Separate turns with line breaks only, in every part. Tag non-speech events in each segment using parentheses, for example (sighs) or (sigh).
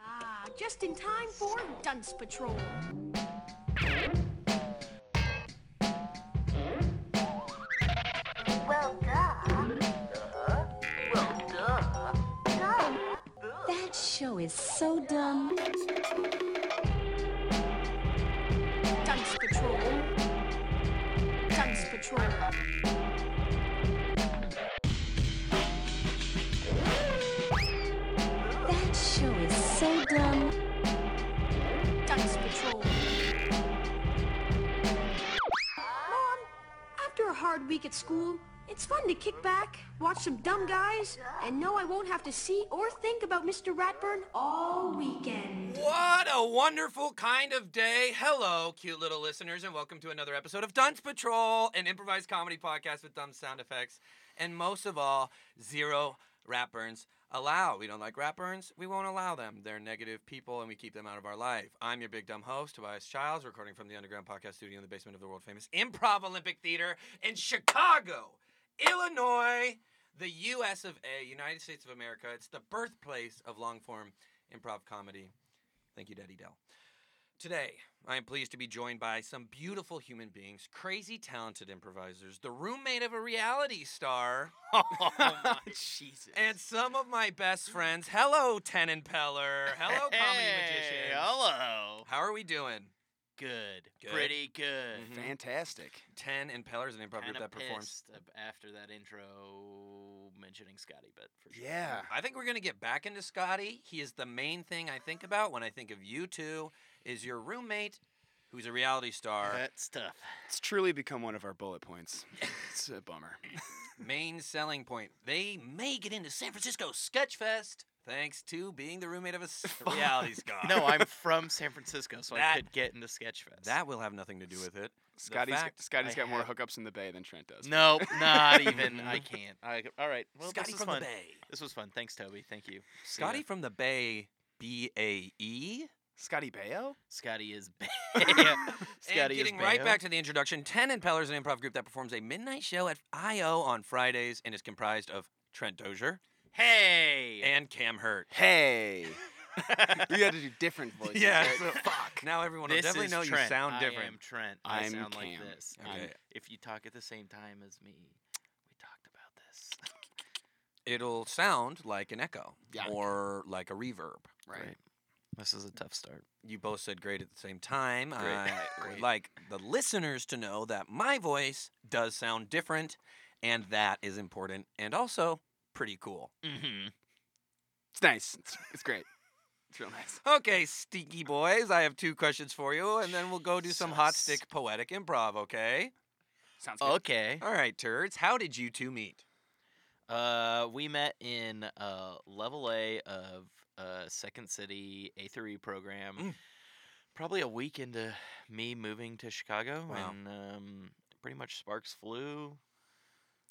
Ah, just in time for Dunce Patrol.
Well, duh. Duh.
That show is so dumb.
Dunce Patrol. Dunce Patrol.
That show is so dumb.
Dunce Patrol. Mom, after a hard week at school, it's fun to kick back, watch some dumb guys, and know I won't have to see or think about Mr. Ratburn all weekend.
What a wonderful kind of day. Hello, cute little listeners, and welcome to another episode of Dunce Patrol, an improvised comedy podcast with dumb sound effects. And most of all, zero rap burns allowed. We don't like rap burns. We won't allow them. They're negative people, and we keep them out of our life. I'm your big dumb host, Tobias Childs, recording from the Underground Podcast Studio in the basement of the world famous Improv Olympic Theater in Chicago, Illinois, the U.S. of A., United States of America. It's the birthplace of long form improv comedy. Thank you, Daddy Dell. Today, I am pleased to be joined by some beautiful human beings, crazy talented improvisers, the roommate of a reality star,
(laughs) Oh
(laughs)
Jesus.
and some of my best friends. Hello, Tenon Peller.
(laughs)
Hello, comedy magician.
Hello.
How are we doing?
Good.
Good?
Pretty good.
Mhm.
Fantastic.
Ten and Peller is an improv
Kind
group
of
that performs.
pissed ab- after that intro mentioning Scotty, but for sure.
Yeah.
I think we're gonna get back into Scotty. He is the main thing I think about when I think of you two. Is your roommate, who's a reality star, (laughs)
That's tough.
It's truly become one of our bullet (laughs) points. It's a bummer.
main selling point. They may get into San Francisco Sketchfest thanks to being the roommate of a
(laughs)
s- (laughs) reality star.
No, I'm from San Francisco, so
That-
I could get into Sketchfest.
that will have nothing to do with it. The
Scotty's
fact
Scotty's
I
got more
have-
hookups in the bay than Trent
(laughs)
does.
Nope, not even. I can't. I, all right. Well,
Mm-hmm. Scotty
this was
from
fun.
the Bay.
This was fun. Thanks, Toby. Thank you. See ya.
Scotty from the Bay. B A E.
Scotty Bayo?
(laughs)
Scotty is (laughs) bad.
And
Scotty is
getting right
bae.
back to the introduction, Ten Impellers, an improv group that performs a midnight show at I.O. on Fridays and is comprised of Trent Dozier
Hey.
and Cam
(laughs)
Hurt.
(laughs) Hey. you had to do different voices.
Yeah,
right?
(laughs) so-
Fuck.
Now everyone will
this
definitely
is
know
Trent.
you sound
I am
different.
Trent. I
I'm
sound
Cam.
like this.
I'm-
Okay.
if you talk at the same time as me, we talked about this.
It'll sound like an echo
Yeah.
or like a reverb.
Right.
This is a tough start.
you both said great at the same time. I
(laughs)
would
Great.
like the listeners to know that my voice does sound different, and that is important and also pretty cool.
Mm-hmm.
It's nice. It's, it's great. It's real nice.
Okay, stinky boys, I have two questions for you, and then we'll go do some hot
Jesus.
stick poetic improv, okay?
Sounds good.
Okay.
All right, turds, how did you two meet?
Uh, we met in uh, level A of uh, Second City A3 program.
Mm.
Probably a week into me moving to Chicago,
Wow.
and um, pretty much sparks flew.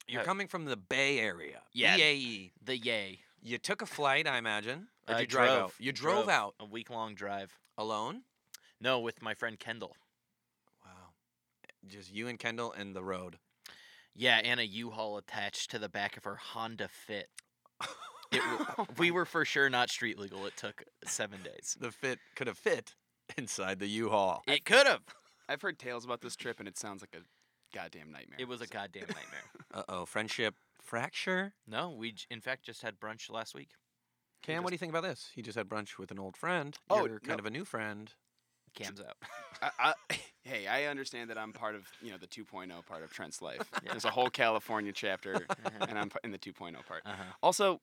You're
Uh,
coming from the Bay Area.
Yeah.
BAE.
The yay!
You took a flight, I imagine. Or did
I
you drive
drove,
out? You drove, out
a week long drive.
alone?
No, with my friend Kendall.
Wow. Just you and Kendall and the road.
Yeah, and a U-Haul attached to the back of her Honda Fit. It w- we were for sure not street legal. It took seven days.
The fit could have fit (laughs) inside the U-Haul.
It could have.
(laughs) I've heard tales about this trip and it sounds like a goddamn nightmare.
It was a
So-
goddamn
(laughs)
nightmare.
Uh oh, friendship fracture.
No, we j- in fact just had brunch last week.
Cam, what
just-
do you think about this? He just had brunch with an old friend.
Oh,
You're kind
no.
of a new friend. (laughs)
Cam's out.
I, I, (laughs) hey, I understand that I'm part of, you know, the 2.0 part of Trent's life.
(laughs) Yeah.
There's a whole California
(laughs)
chapter and I'm p- in the 2.0 part.
Uh-huh.
Also,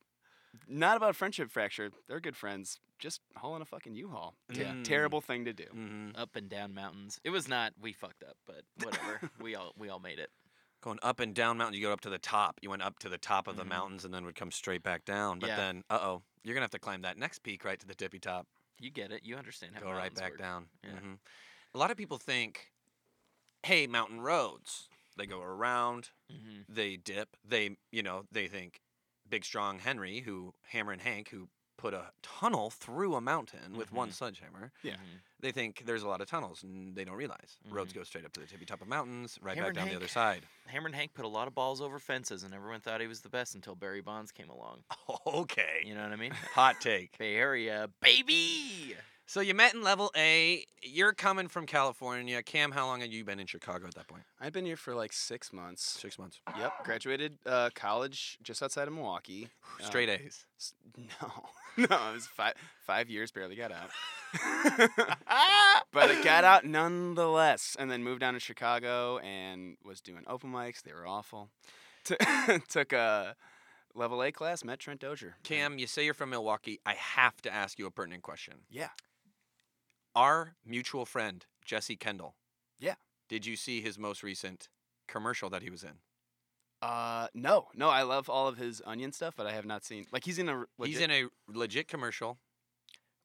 not about friendship fracture. They're good friends. Just hauling a fucking U-Haul.
Mm.
Te-
Yeah.
Terrible thing to do.
Mm-hmm.
Up and down mountains. It was not. We fucked up,
(laughs)
but whatever. we all we all made it.
Going up and down mountains. You go up to the top. You went up to the top of the
Mhm.
mountains and then would come straight back down. But
Yeah.
then, uh oh, you're going to have to climb that next peak right to the tippy top.
You get it. You understand how
go right
mountains
back
work.
down.
Yeah.
hmm A lot of people think, hey, mountain roads. They go around,
Mhm.
they dip. They, you know, they think Big Strong Henry, who Hammer and Hank, who put a tunnel through a mountain with
Mm-hmm.
one sledgehammer.
Yeah.
They think there's a lot of tunnels, and they don't realize roads go straight up to the tippy top of mountains, right back
Mm-hmm. Hammer
down the
Hank.
other side. (laughs)
Hammer and Hank put a lot of balls over fences, and everyone thought he was the best until Barry Bonds came along.
Okay.
You know what
(laughs)
I mean?
Hot take.
Bay Area, baby.
So you met in level A. You're coming from California. Cam, how long had you been in Chicago at that point?
I'd been here for like six months.
Six months.
(gasps)
Yep, graduated uh, college just outside of Milwaukee. (laughs) Uh,
Straight A's.
s- No, (laughs) no, it was five five years. Barely got out,
(laughs)
Ah!
but it got out nonetheless. And then moved down to Chicago and was doing open mics. They were awful. T- (laughs) took a level A class. Met Trent Dozier.
Cam, you say you're from Milwaukee. I have to ask you a pertinent question.
Yeah.
Our mutual friend Jesse Kendall.
Yeah.
Did you see his most recent commercial that he was in?
Uh, no, no. I love all of his onion stuff, but I have not seen. Like he's in a.
He's in a legit commercial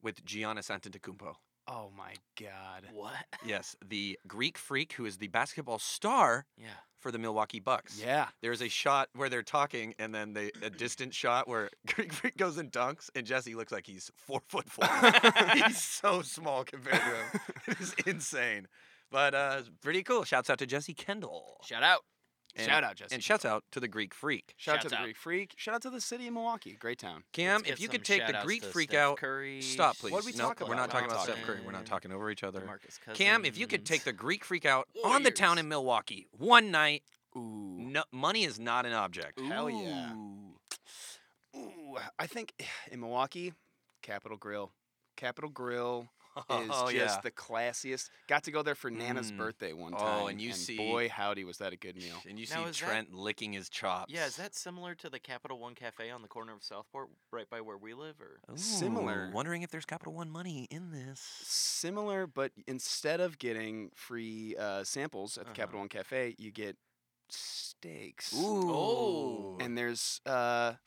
with Giannis Antetokounmpo.
Oh my god.
What?
yes, the Greek freak who is the basketball star
Yeah.
for the Milwaukee Bucks.
Yeah.
There's a shot where they're talking, and then they a distant shot where (laughs) Greek Freak goes and dunks, and Jesse looks like he's four foot four. (laughs) he's so small compared to him. It is insane, but uh, it's pretty cool. Shouts out to Jesse Kendall.
Shout out.
And-
Shout out Jesse.
and shouts out to the Greek Freak.
Shout out
Shouts
to the
out.
Greek Freak. Shout out to the city of Milwaukee. Great town.
Cam,
Let's
if
give
you could
some
take the
shout-outs
Greek
to
Freak
Steph
out,
Curry,
stop, please.
What'd we
no,
talk
we're not
about?
talking about
Johnson.
Steph Curry. We're not talking over each other.
Marcus Cousins.
Cam, if you could take the Greek Freak out on the town in Milwaukee one night,
Ooh.
no, money is not an object.
Hell yeah. Ooh. I think (sighs) in Milwaukee, Capitol Grill. Capitol Grill is
(laughs) oh,
just
yeah.
the classiest. Got to go there for Nana's
Mm.
birthday one
Oh,
time.
and you see-
boy howdy was that a good meal.
And you
Now,
see
is that-
Trent licking his chops.
Yeah, is that similar to the Capital One Cafe on the corner of Southport, right by where we live? Or
similar?
Wondering if there's Capital One money in this.
Similar, but instead of getting free uh, samples at the
Uh-huh.
Capital One Cafe, you get steaks.
Ooh. And
And there's uh, a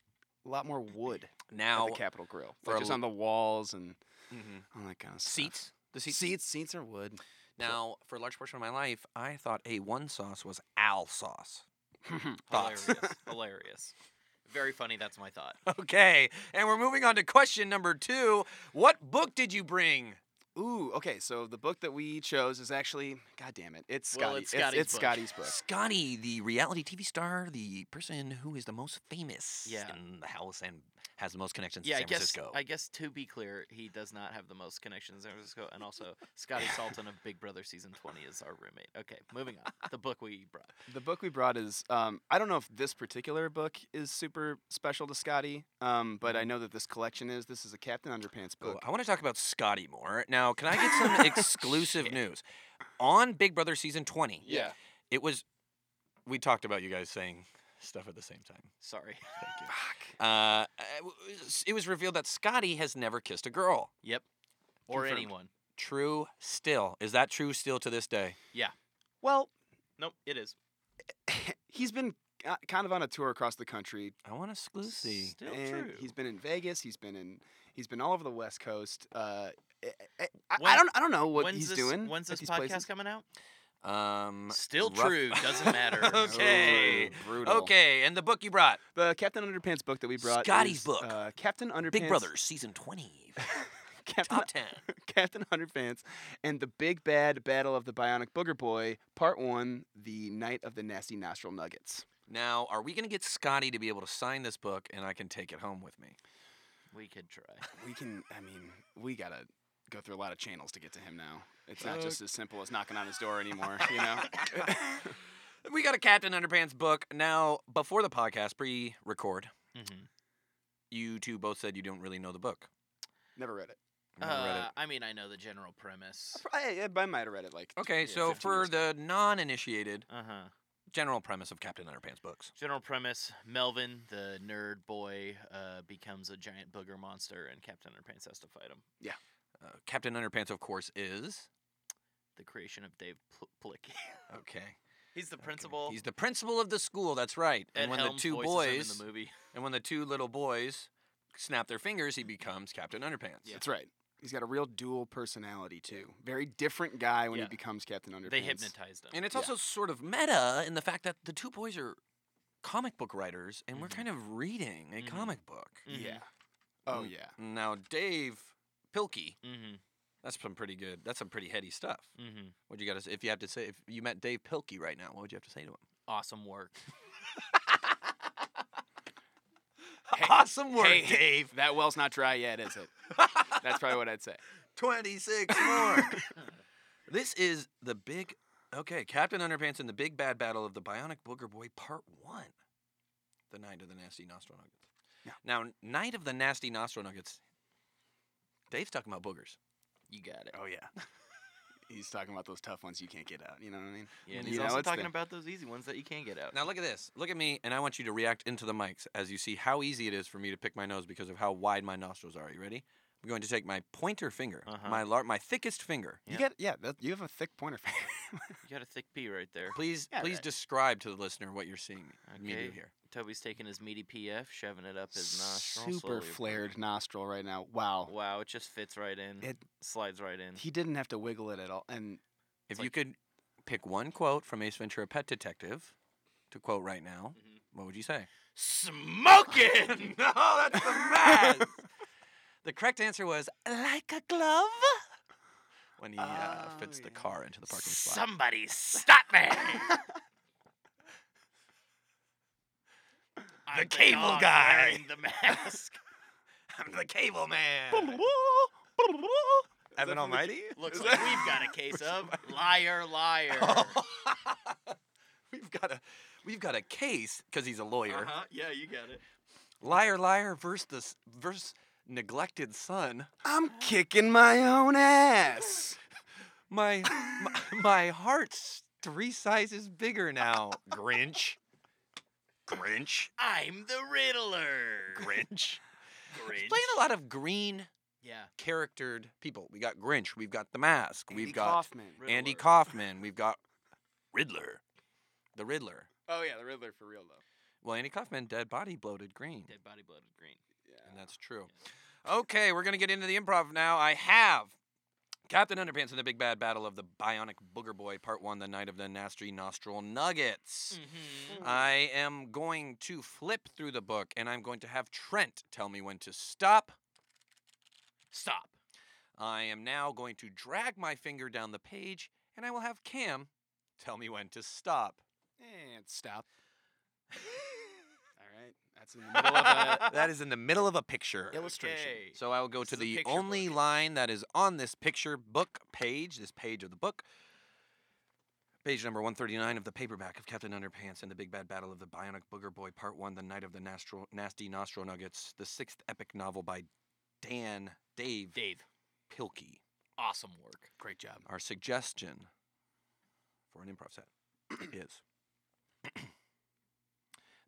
lot more wood
now
at the Capitol Grill.
for
Like
a
just
l-
on the walls and
Mhm.
all that kind of stuff.
seats. The seats.
Seats, seats are wood. (laughs)
Now, for a large portion of my life, I thought A1 sauce was Al sauce. Thoughts?
hilarious, Uh, (laughs) hilarious, very funny. That's my thought.
okay. And we're moving on to question number two. What book did you bring?
Ooh, okay. So the book that we chose is actually, god damn it, it's Scotty.
Well, it's Scotty's
it's,
book.
Scotty's book.
Scotty, the reality TV star, the person who is the most famous
Yeah.
in the house and has the most connections
yeah,
in
I
San
guess.
Francisco.
I guess to be clear, he does not have the most connections in San Francisco, and also Scotty Salton of Big Brother season twenty is our roommate. Okay, moving on. The book we brought.
The book we brought is, um, I don't know if this particular book is super special to Scotty, um, but I
Mm-hmm.
know that this collection is. This is a Captain Underpants
Oh,
Cool.
book.
I want to talk about Scotty more. Now, can I get some
(laughs)
exclusive news? On Big Brother season 20,
Yeah.
it was. We talked about you guys saying stuff at the same time.
Sorry.
Uh, it was revealed that Scotty has never kissed a girl.
(laughs) Yep. Or
Confirmed.
anyone.
True still. Is that true still to this day?
Well, (laughs)
Nope. It is.
he's been ki- kind of on a tour across the country,
I want to see.
Still
and
true.
he's been in Vegas. He's been in, he's been all over the West Coast. Uh, I, I- I-
When-
I don't, I don't know what
when's
he's
this,
doing.
When's
at
this
these
podcast
places.
coming out?
Um,
Still
rough-
true.
(laughs)
Doesn't matter.
okay.
Ooh, brutal.
Okay. And the book you brought,
The Captain Underpants book that we brought.
Scotty's
is,
book.
Uh, Captain Underpants.
Big Brother season 20,
(laughs) Captain,
top 10.
Captain Underpants and the Big Bad Battle of the Bionic Booger Boy, Part One: The Night of the Nasty Nostril Nuggets.
Now, are we going to get Scotty to be able to sign this book and I can take it home with me?
We could try.
We can. I mean, we gotta go through a lot of channels to get to him now. It's not just as simple as knocking on his door anymore. You (laughs) know.
(laughs) We got a Captain Underpants book. Now, before the podcast, pre record,
(laughs) Mm-hmm.
you two both said you don't really know the book.
Never read it.
I never read it.
Uh, I mean, I know the general premise.
I, eh, I, I might have read it like.
Okay,
yeah,
so
15
for
years ago.
the non initiated,
Uh huh.
general premise of Captain Underpants books.
General premise: Melvin, the nerd boy, uh, becomes a giant booger monster, and Captain Underpants has to fight him.
Uh, Captain Underpants, of course, is.
The creation of Dave Pl- Plicky.
Okay. okay.
(laughs) He's the principal.
He's the principal of the school, that's right.
Ed
and when
Helms
the two
voices him
boys,
in the movie.
and when the two little boys snap their fingers, he becomes Captain Underpants.
That's right. He's got a real dual personality too. Very different guy when
Yeah.
he becomes Captain Underpants.
They hypnotized him.
And it's
Yeah.
also sort of meta in the fact that the two boys are comic book writers and we're
Mhm.
kind of reading a
Mhm.
comic book.
Mhm.
Yeah. Oh
Mm.
yeah.
Now Dave Pilkey,
Mm-hmm.
that's some pretty good. That's some pretty heady stuff.
Mm-hmm.
What you got to say if you have to say if you met Dave Pilkey right now? What would you have to say to him?
Awesome work.
(laughs) awesome work,
hey,
Dave.
That well's not dry yet, is (laughs) it? That's probably what I'd say.
26 more. this is the big. Okay, Captain Underpants and the Big Bad Battle of the Bionic Booger Boy, Part 1. The Night of the Nasty Nostril Nuggets. Now, Night of the Nasty Nostril Nuggets. Dave's talking about boogers.
You got it.
Oh yeah. He's talking about those tough ones you can't get out. You know what I mean?
Yeah, and
You
he's
know,
also
it's
talking
the-
about those easy ones that you can get
(laughs)
out.
Now, look at this. Look at me, and I want you to react into the mics as you see how easy it is for me to pick my nose because of how wide my nostrils are. You ready? I'm going to take my pointer finger,
Uh-huh.
my lar- my thickest finger.
You
Yeah.
get yeah. That, you have a thick pointer finger.
You got a thick pee right there.
Please,
Yeah,
please
right.
describe to the listener what you're seeing me do
Okay.
here.
Toby's taking his meaty PF, shoving it up (laughs) his nostril.
Super
slowly.
flared nostril right now. Wow.
Wow, it just fits right in.
It-
slides right in.
He didn't have to wiggle it at all. And
If
It's
you
like-
could pick one quote from Ace Ventura: Pet Detective, to quote right now,
Mhm.
what would you say?
Smoking.
no, that's the mess. (laughs) the correct answer was like a glove. When he uh,
Oh,
fits the
yeah.
car into the parking spot.
Somebody stop
(laughs)
me. I'm the
cable
dog
guy.
wearing the mask.
(laughs) I'm the cable man. Evan Almighty.
Looks like we've got a
(laughs)
case of liar, liar.
Oh. we've got a we've got a case because he's a lawyer.
Uh-huh. Yeah, you got it.
Liar, liar versus the s- versus neglected son.
I'm kicking my own ass.
My my, (laughs) my heart's three sizes bigger
(laughs)
now. Grinch. Grinch.
I'm the Riddler.
Grinch.
(laughs) Grinch.
He's playing a lot of green
Yeah.
charactered people. We got Grinch. We've got the Mask.
Andy
we've got
Kaufman.
Andy
Riddler.
Kaufman. We've got Riddler. The Riddler.
Oh yeah, the Riddler for real though.
Well, Andy Kaufman, dead body, bloated green.
Dead body, blooded green.
And that's true. Okay, we're going to get into the improv now. I have Captain Underpants and the Big Bad Battle of the Bionic Booger Boy, Part 1, The Night of the Nasty Nostril Nuggets.
Mm-hmm.
I am going to flip through the book and I'm going to have Trent tell me when to stop.
Stop.
I am now going to drag my finger down the page and I will have Cam tell me when to stop.
And
(laughs)
stop. All right, that's in the middle of a
(laughs) that is in the middle of a picture.
illustration.
Okay.
So I will go
This
to
is a
the
picture
only
book.
line that is on this picture book page, this page of the book. Page number 139 of the paperback of Captain Underpants and the Big Bad Battle of the Bionic Booger Boy, Part 1, The Night of the Nastro- Nasty Nostril Nuggets, the sixth epic novel by Dan Dave,
Dave,
Pilkey.
awesome work.
Great job.
Our suggestion for an improv set (clears throat) is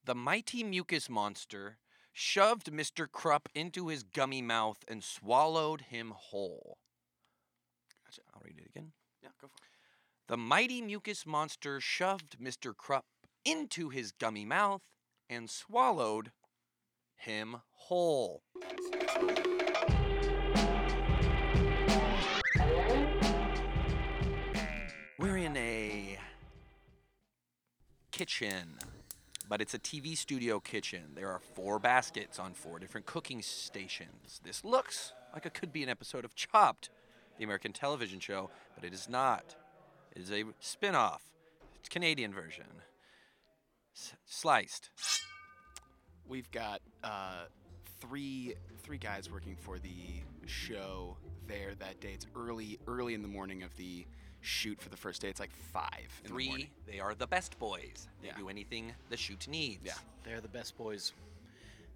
The mighty mucus monster shoved Mr. Krupp into his gummy mouth and swallowed him whole.
Gotcha.
I'll read it again.
Yeah, go for
The mighty mucus monster shoved Mr. Krupp into his gummy mouth and swallowed him whole. We're in a kitchen, but it's a TV studio kitchen. There are four baskets on four different cooking stations. This looks like it could be an episode of Chopped, the American television show, but it is not. It is a spin off, Canadian version. S- sliced.
it. We've got uh, three three guys working for the show there that day. It's early early in the morning of the shoot for the first day. It's like five. In The
Three,
morning.
they are the best boys. They
Yeah.
do anything the shoot needs.
Yeah.
They're the best boys.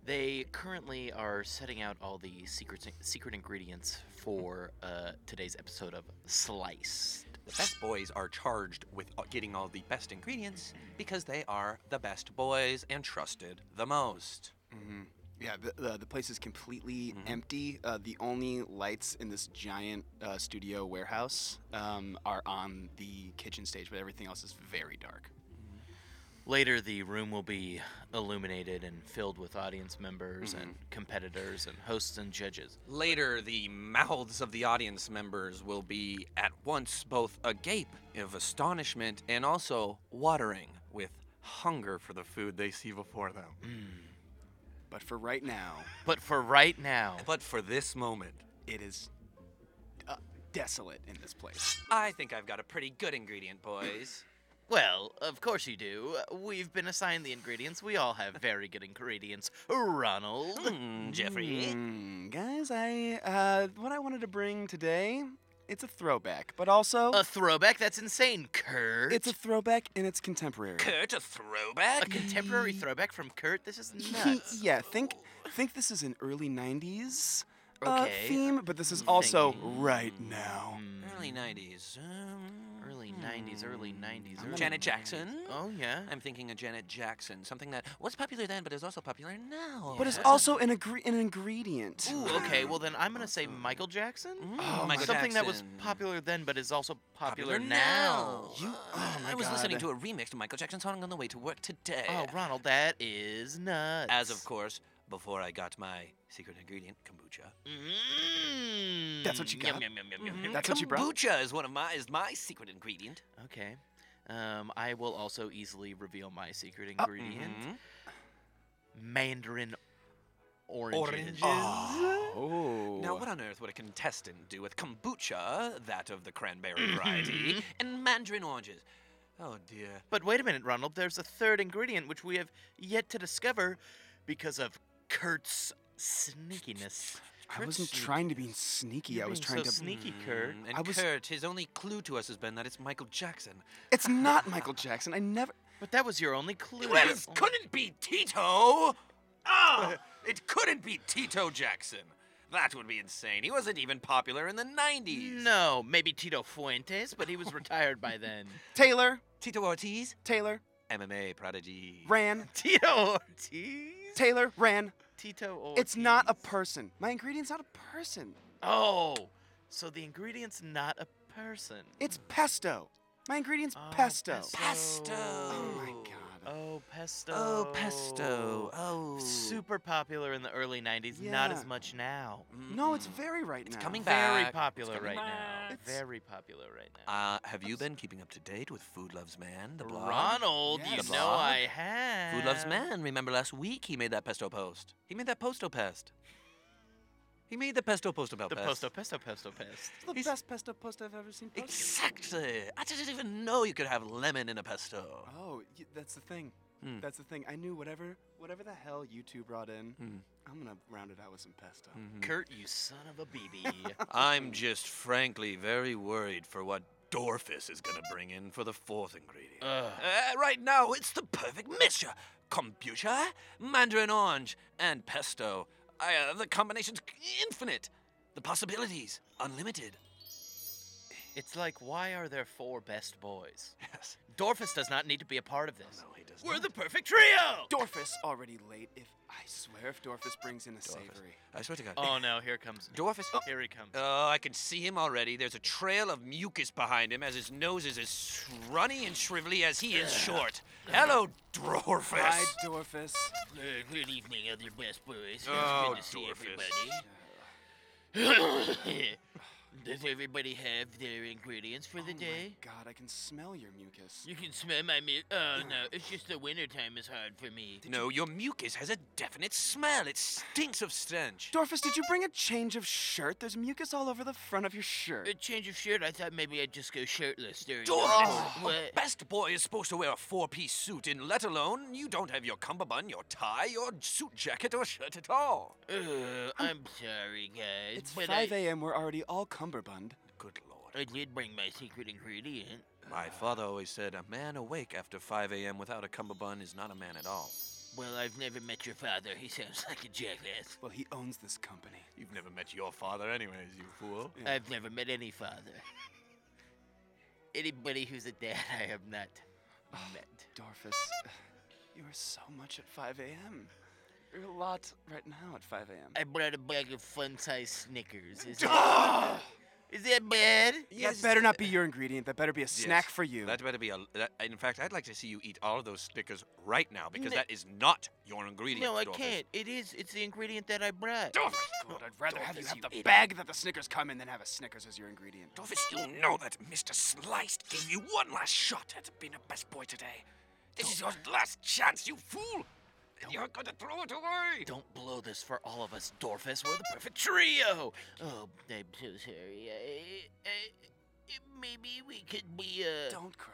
They currently are setting out all the secret secret ingredients for uh, today's episode of Slice.
The best boys are charged with uh, getting all the best ingredients because they are the best boys and trusted the most.
Mhm. Yeah, the, the, the place is completely empty. Uh, the only lights in this giant uh, studio warehouse um, are on the kitchen stage, but everything else is very dark.
Later, the room will be illuminated and filled with audience members and
Mm-hmm.
competitors and hosts and judges.
Later, the mouths of the audience members will be at once both agape of astonishment and
Mm.
also watering with hunger for the food they see before them.
But for right now,
But for right now,
But for this moment,
it is uh, desolate in this place.
I think I've got a pretty good ingredient, boys.
well, of course you do. We've been assigned the ingredients. We all have very good ingredients. Ronald,
Mm-hmm.
Mm, Jeffrey.
Mm, guys, I uh, what I wanted to bring today, it's a throwback, but also
a throwback. That's insane, Kurt.
it's a throwback and it's contemporary.
Kurt, a
a
throwback?
(laughs)
contemporary throwback from Kurt. This is nuts.
yeah, think think this is an early '90s uh,
Okay. Mm,
theme, but this is also right now.
Early 90s. Um,
Early '90s, early '90s, early
Janet
90s.
Hmm. Jackson.
Oh yeah.
I'm thinking of Janet Jackson, something that was popular then but is also popular now.
But it's
Yeah.
also an agree- an ingredient.
Ooh, okay. Well, then I'm gonna say Michael Jackson.
Mm,
Oh,
Michael
Something that was
Jackson.
popular then, but is also popular,
Popular
now.
You,
oh my
I was listening to
God.
a remix to Michael Jackson song on the way to work today.
Oh, Ronald, that is nuts.
As of course, before I got my secret ingredient, kombucha.
Mm.
That's what you
Yum,
got?
yum, yum, yum, yum,
Mm-hmm.
yum.
(sighs) That's what you brought?
Kombucha is one of my is my secret ingredient.
Okay. Um, I will also easily reveal my secret
Uh,
ingredient:
mm-hmm.
Mandarin oranges.
Oranges.
Oh.
Now, what on earth would a contestant do with kombucha, that of the cranberry variety, and mandarin oranges? Oh dear.
But wait a minute, Ronald. There's a third ingredient which we have yet to discover because of Kurt's sneakiness.
I
Kurt's
wasn't
sneak-
trying to be sneaky.
You're
I was
being
trying
so
to. Hmm,
sneaky, Kurt.
Mm, And
I was-
Kurt, his only clue to us has been that it's Michael Jackson.
It's not Michael Jackson. I never.
But that was your only clue.
Well, it couldn't be Tito. Ah, it couldn't be Tito Jackson. That would be insane. He wasn't even popular in the 90s.
No, maybe Tito Fuentes, but he was retired by
(laughs)
then. (laughs)
Taylor.
Tito Ortiz,
Taylor.
MMA prodigy.
Ran.
Tito Ortiz?
Taylor. Ran.
Tito Ortiz.
It's not a person. My ingredient's not a person.
Oh, so the ingredient's not a person.
It's pesto. My ingredient's
Oh,
pesto.
Pesto. Uh,
Oh my god.
Oh, pesto.
Oh, pesto. Oh.
Super popular in the early 90s, not as
Yeah.
much now.
No, it's very right
It's
now.
coming
Very
back. Mm-hmm. It's
popular
coming
right now.
back.
It's-
Very popular right now.
Uh, have you been keeping up to date with Food Loves Man, the blog?
Ronald,
Yes.
you know
Blog?
I have.
Food Loves Man. Remember last week he made that pesto post. He made that posto pest. He made the pesto post about
The
pest.
pesto, pesto, pesto, pest.
It's the
He's-
best pesto post I've ever seen. posted.
Exactly. I didn't even know you could have lemon in a pesto.
Oh, y- that's the thing.
Hmm.
That's the thing. I knew whatever whatever the hell you two brought in,
Hmm.
I'm gonna round it out with some pesto.
Mm-hmm.
Kurt, you son of a
(laughs)
BB.
I'm just frankly very worried for what Dorfus is going to bring in for the fourth ingredient.
Ugh.
Uh, right now, it's the perfect mixture kombucha, mandarin orange, and pesto. I, uh, the combination's infinite. The possibilities, unlimited.
It's like, why are there four best boys?
Yes.
Dorfus does not need to be a part of this.
No, he does
We're
not.
the perfect trio!
Dorfus already late. If I swear, if Dorfus brings in a savory,
I swear to God.
Oh no, here comes
Dorfus. Oh.
Here he comes.
Oh, I can see him already. There's a trail of mucus behind him as his nose is as runny and shrivelly as he is short. Hello,
fried
Dorfus.
Dorfus. Oh
Uh, good evening, other best boys.
Oh,
good to see
Dorfus.
everybody. Does everybody have their ingredients for the
Oh my
day?
God, I can smell your mucus.
You can smell my meat. Oh no, it's just the winter time is hard for me.
No, your mucus has a definite smell. It stinks of stench.
Dorfus, did you bring a change of shirt? There's mucus all over the front of your shirt.
A change of shirt. I thought maybe I'd just go shirtless during. the-
Dorfus!
oh,
What?
A best boy is supposed to wear a four-piece suit, and let alone you don't have your cummerbund, your tie, your suit jacket, or shirt at all.
Uh, I'm sorry, guys.
Oh, it's
but
5
I,
a.m. We're already all cumberbund.
Good lord.
I did bring my secret ingredient.
My father always said a man awake after 5 a.m. without a cummerbund is not a man at all.
Well, I've never met your father. He sounds (laughs) like a jackass.
Well, he owns this company.
You've never met your father, anyways, you fool.
Yeah.
I've never met any father. Anybody who's a dad, I have
(sighs)
not met.
Dorfus, (sighs) you are so much at 5 a.m. You're a lot right now at 5 a.m.
I brought a bag of fun-sized Snickers. Is that,
Ah!
is that bad?
That better not be your ingredient. That better be a snack for you.
That better be a. That, in fact, I'd like to see you eat all of those Snickers right now because
No.
that is not your ingredient.
No, I
Dorfus.
can't. It is. It's the ingredient that I brought. (laughs)
Dorfus, God, I'd rather have you have the bag that the Snickers come in than have a Snickers as your ingredient.
Dorfus, you know that Mr. Sliced gave you one last shot at being a best boy today. This is your last chance, you fool! and you're gonna throw it away.
Don't blow this for all of us, Dorfus. We're the perfect trio. Oh, I'm so sorry. I, I, maybe we could be. Uh, (laughs)
Don't cry.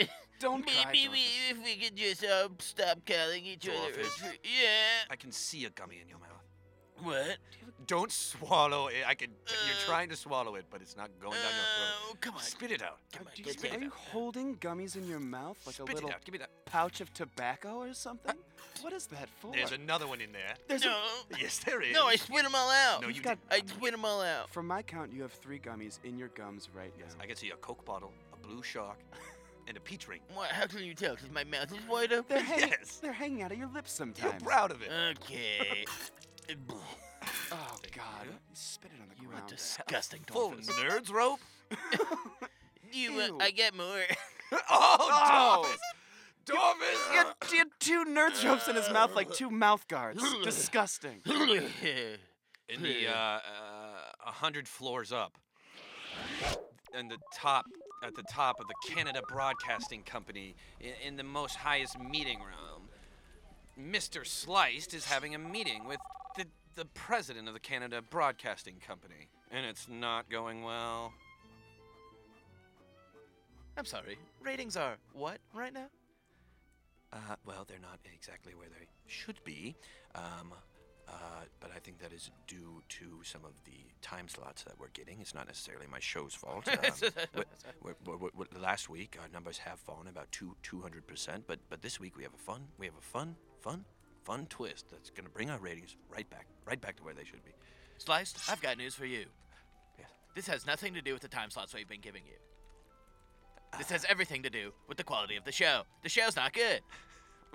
uh,
Don't cry.
maybe we,
Dorfus.
if we could just uh, stop calling each other. a
Dorfus.
tri- Yeah.
I can see a gummy in your mouth.
What?
Don't swallow it. I can. you're
Uh,
trying to swallow it, but it's not going down your
Oh,
throat.
come on.
Spit it out.
Come
Are
on,
you-
get
are
it
you
out.
holding gummies in your mouth like
Spit
a little
it out. Give me that.
pouch of tobacco or something? what is that for?
There's another one in there.
(laughs)
There's a-
No.
Yes, there is.
Oh No, I spit them all out.
No,
You've
you
got-
I spit them all out.
From my count, you have three gummies in your gums right now.
I can see a Coke bottle, a blue (laughs) shark, and a peach ring.
What? How can you tell? Because my mouth is wide
They're
(laughs)
open.
hanging.
Yes.
They're hanging out of your lips
You're
sometimes.
proud of it.
Uh, Okay.
(laughs)
(laughs)
Oh God! You spit it on the
you are
ground.
disgusting,
Full
Dorfus.
nerds (laughs) rope.
You, uh,
Ew.
I get more. (laughs)
oh,
Oh.
Dorfus! Dorfus!
You had, you had two nerd ropes in his mouth like two mouth
(laughs)
guards. disgusting.
in the uh, uh, a hundred floors up, and the top at the top of the Canada Broadcasting Company in, in the most highest meeting room, Mr. Sliced is having a meeting with the the president of the Canada Broadcasting Company, and it's not going well.
I'm sorry. Ratings are what right now?
Uh, well, they're not exactly where they should be, um, uh, but I think that is due to some of the time slots that we're getting. It's not necessarily my show's fault. Um, we last week, our numbers have fallen about two two hundred percent, but but this week we have a fun we have a fun fun fun twist that's going to bring our ratings right back right back to where they should be.
Sliced, I've got news for you.
Yes.
This has nothing to do with the time slots we've been giving you.
Ah.
This has everything to do with the quality of the show. The show's not good.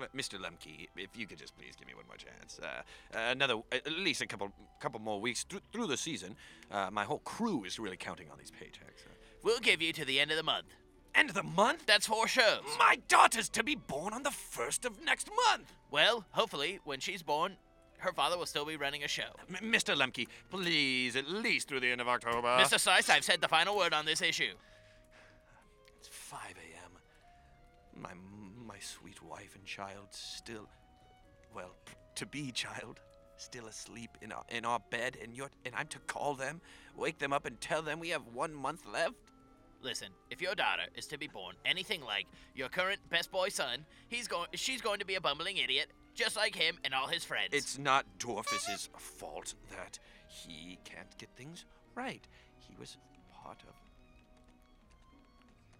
Well, Mr. Lemke, if you could just please give me one more chance, uh, uh, another, at least a couple, couple more weeks thr- through the season. Uh, my whole crew is really counting on these paychecks. Uh,
We'll give you to the end of the month.
end of the month?
That's four shows.
My daughter's to be born on the first of next month.
Well, hopefully, when she's born, her father will still be running a show.
M- Mr. Lemke, please, at least through the end of October.
Mr. Slice, I've said the final word on this issue.
It's 5 a.m. My my sweet wife and child still, well, p- to be child, still asleep in our in our bed, and you're and I'm to call them, wake them up, and tell them we have one month left.
Listen, if your daughter is to be born anything like your current best boy son, he's going she's going to be a bumbling idiot, just like him and all his friends.
It's not Dorfus's fault that he can't get things right. He was part of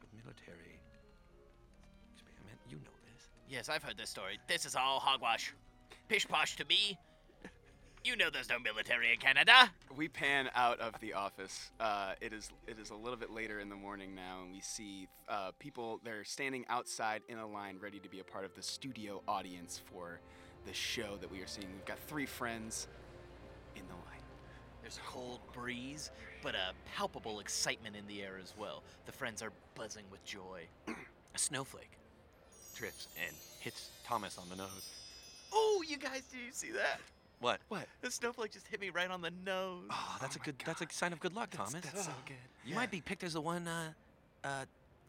a military experiment. You know this.
Yes, I've heard this story. This is all hogwash. Pish posh to me. You know there's no military in Canada.
We pan out of the office. Uh, it is it is a little bit later in the morning now, and we see uh, people. They're standing outside in a line, ready to be a part of the studio audience for the show that we are seeing. We've got three friends in the line.
There's a cold breeze, but a palpable excitement in the air as well. The friends are buzzing with (clears throat) joy.
A snowflake drifts and hits Thomas on the nose.
Oh, you guys, do you see that?
What?
What?
The snowflake just hit me right on the nose.
Uh,
Oh, that's a good. That's a sign of good luck, Thomas.
That's so good.
You might be picked as the one uh, uh,
to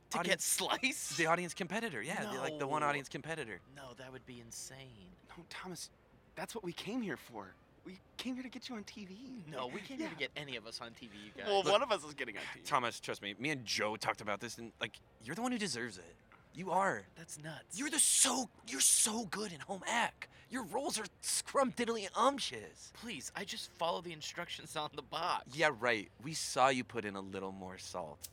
get
audience-
sliced?
the audience competitor. Yeah, the- like the one
No.
audience competitor.
No, that would be insane.
No, Thomas, that's what we came here for. We came here to get you on TV.
No, we can't even
Yeah.
get any of us on TV, you guys.
Well, one of us is getting on TV.
Thomas, trust me. Me and Joe talked about this, and like, you're the one who deserves it. You are.
That's nuts.
You're the so. You're so good in home ec. Your roles are scrumdiddly umptious.
Please, I just follow the instructions on the box.
Yeah, right. We saw you put in a little more salt.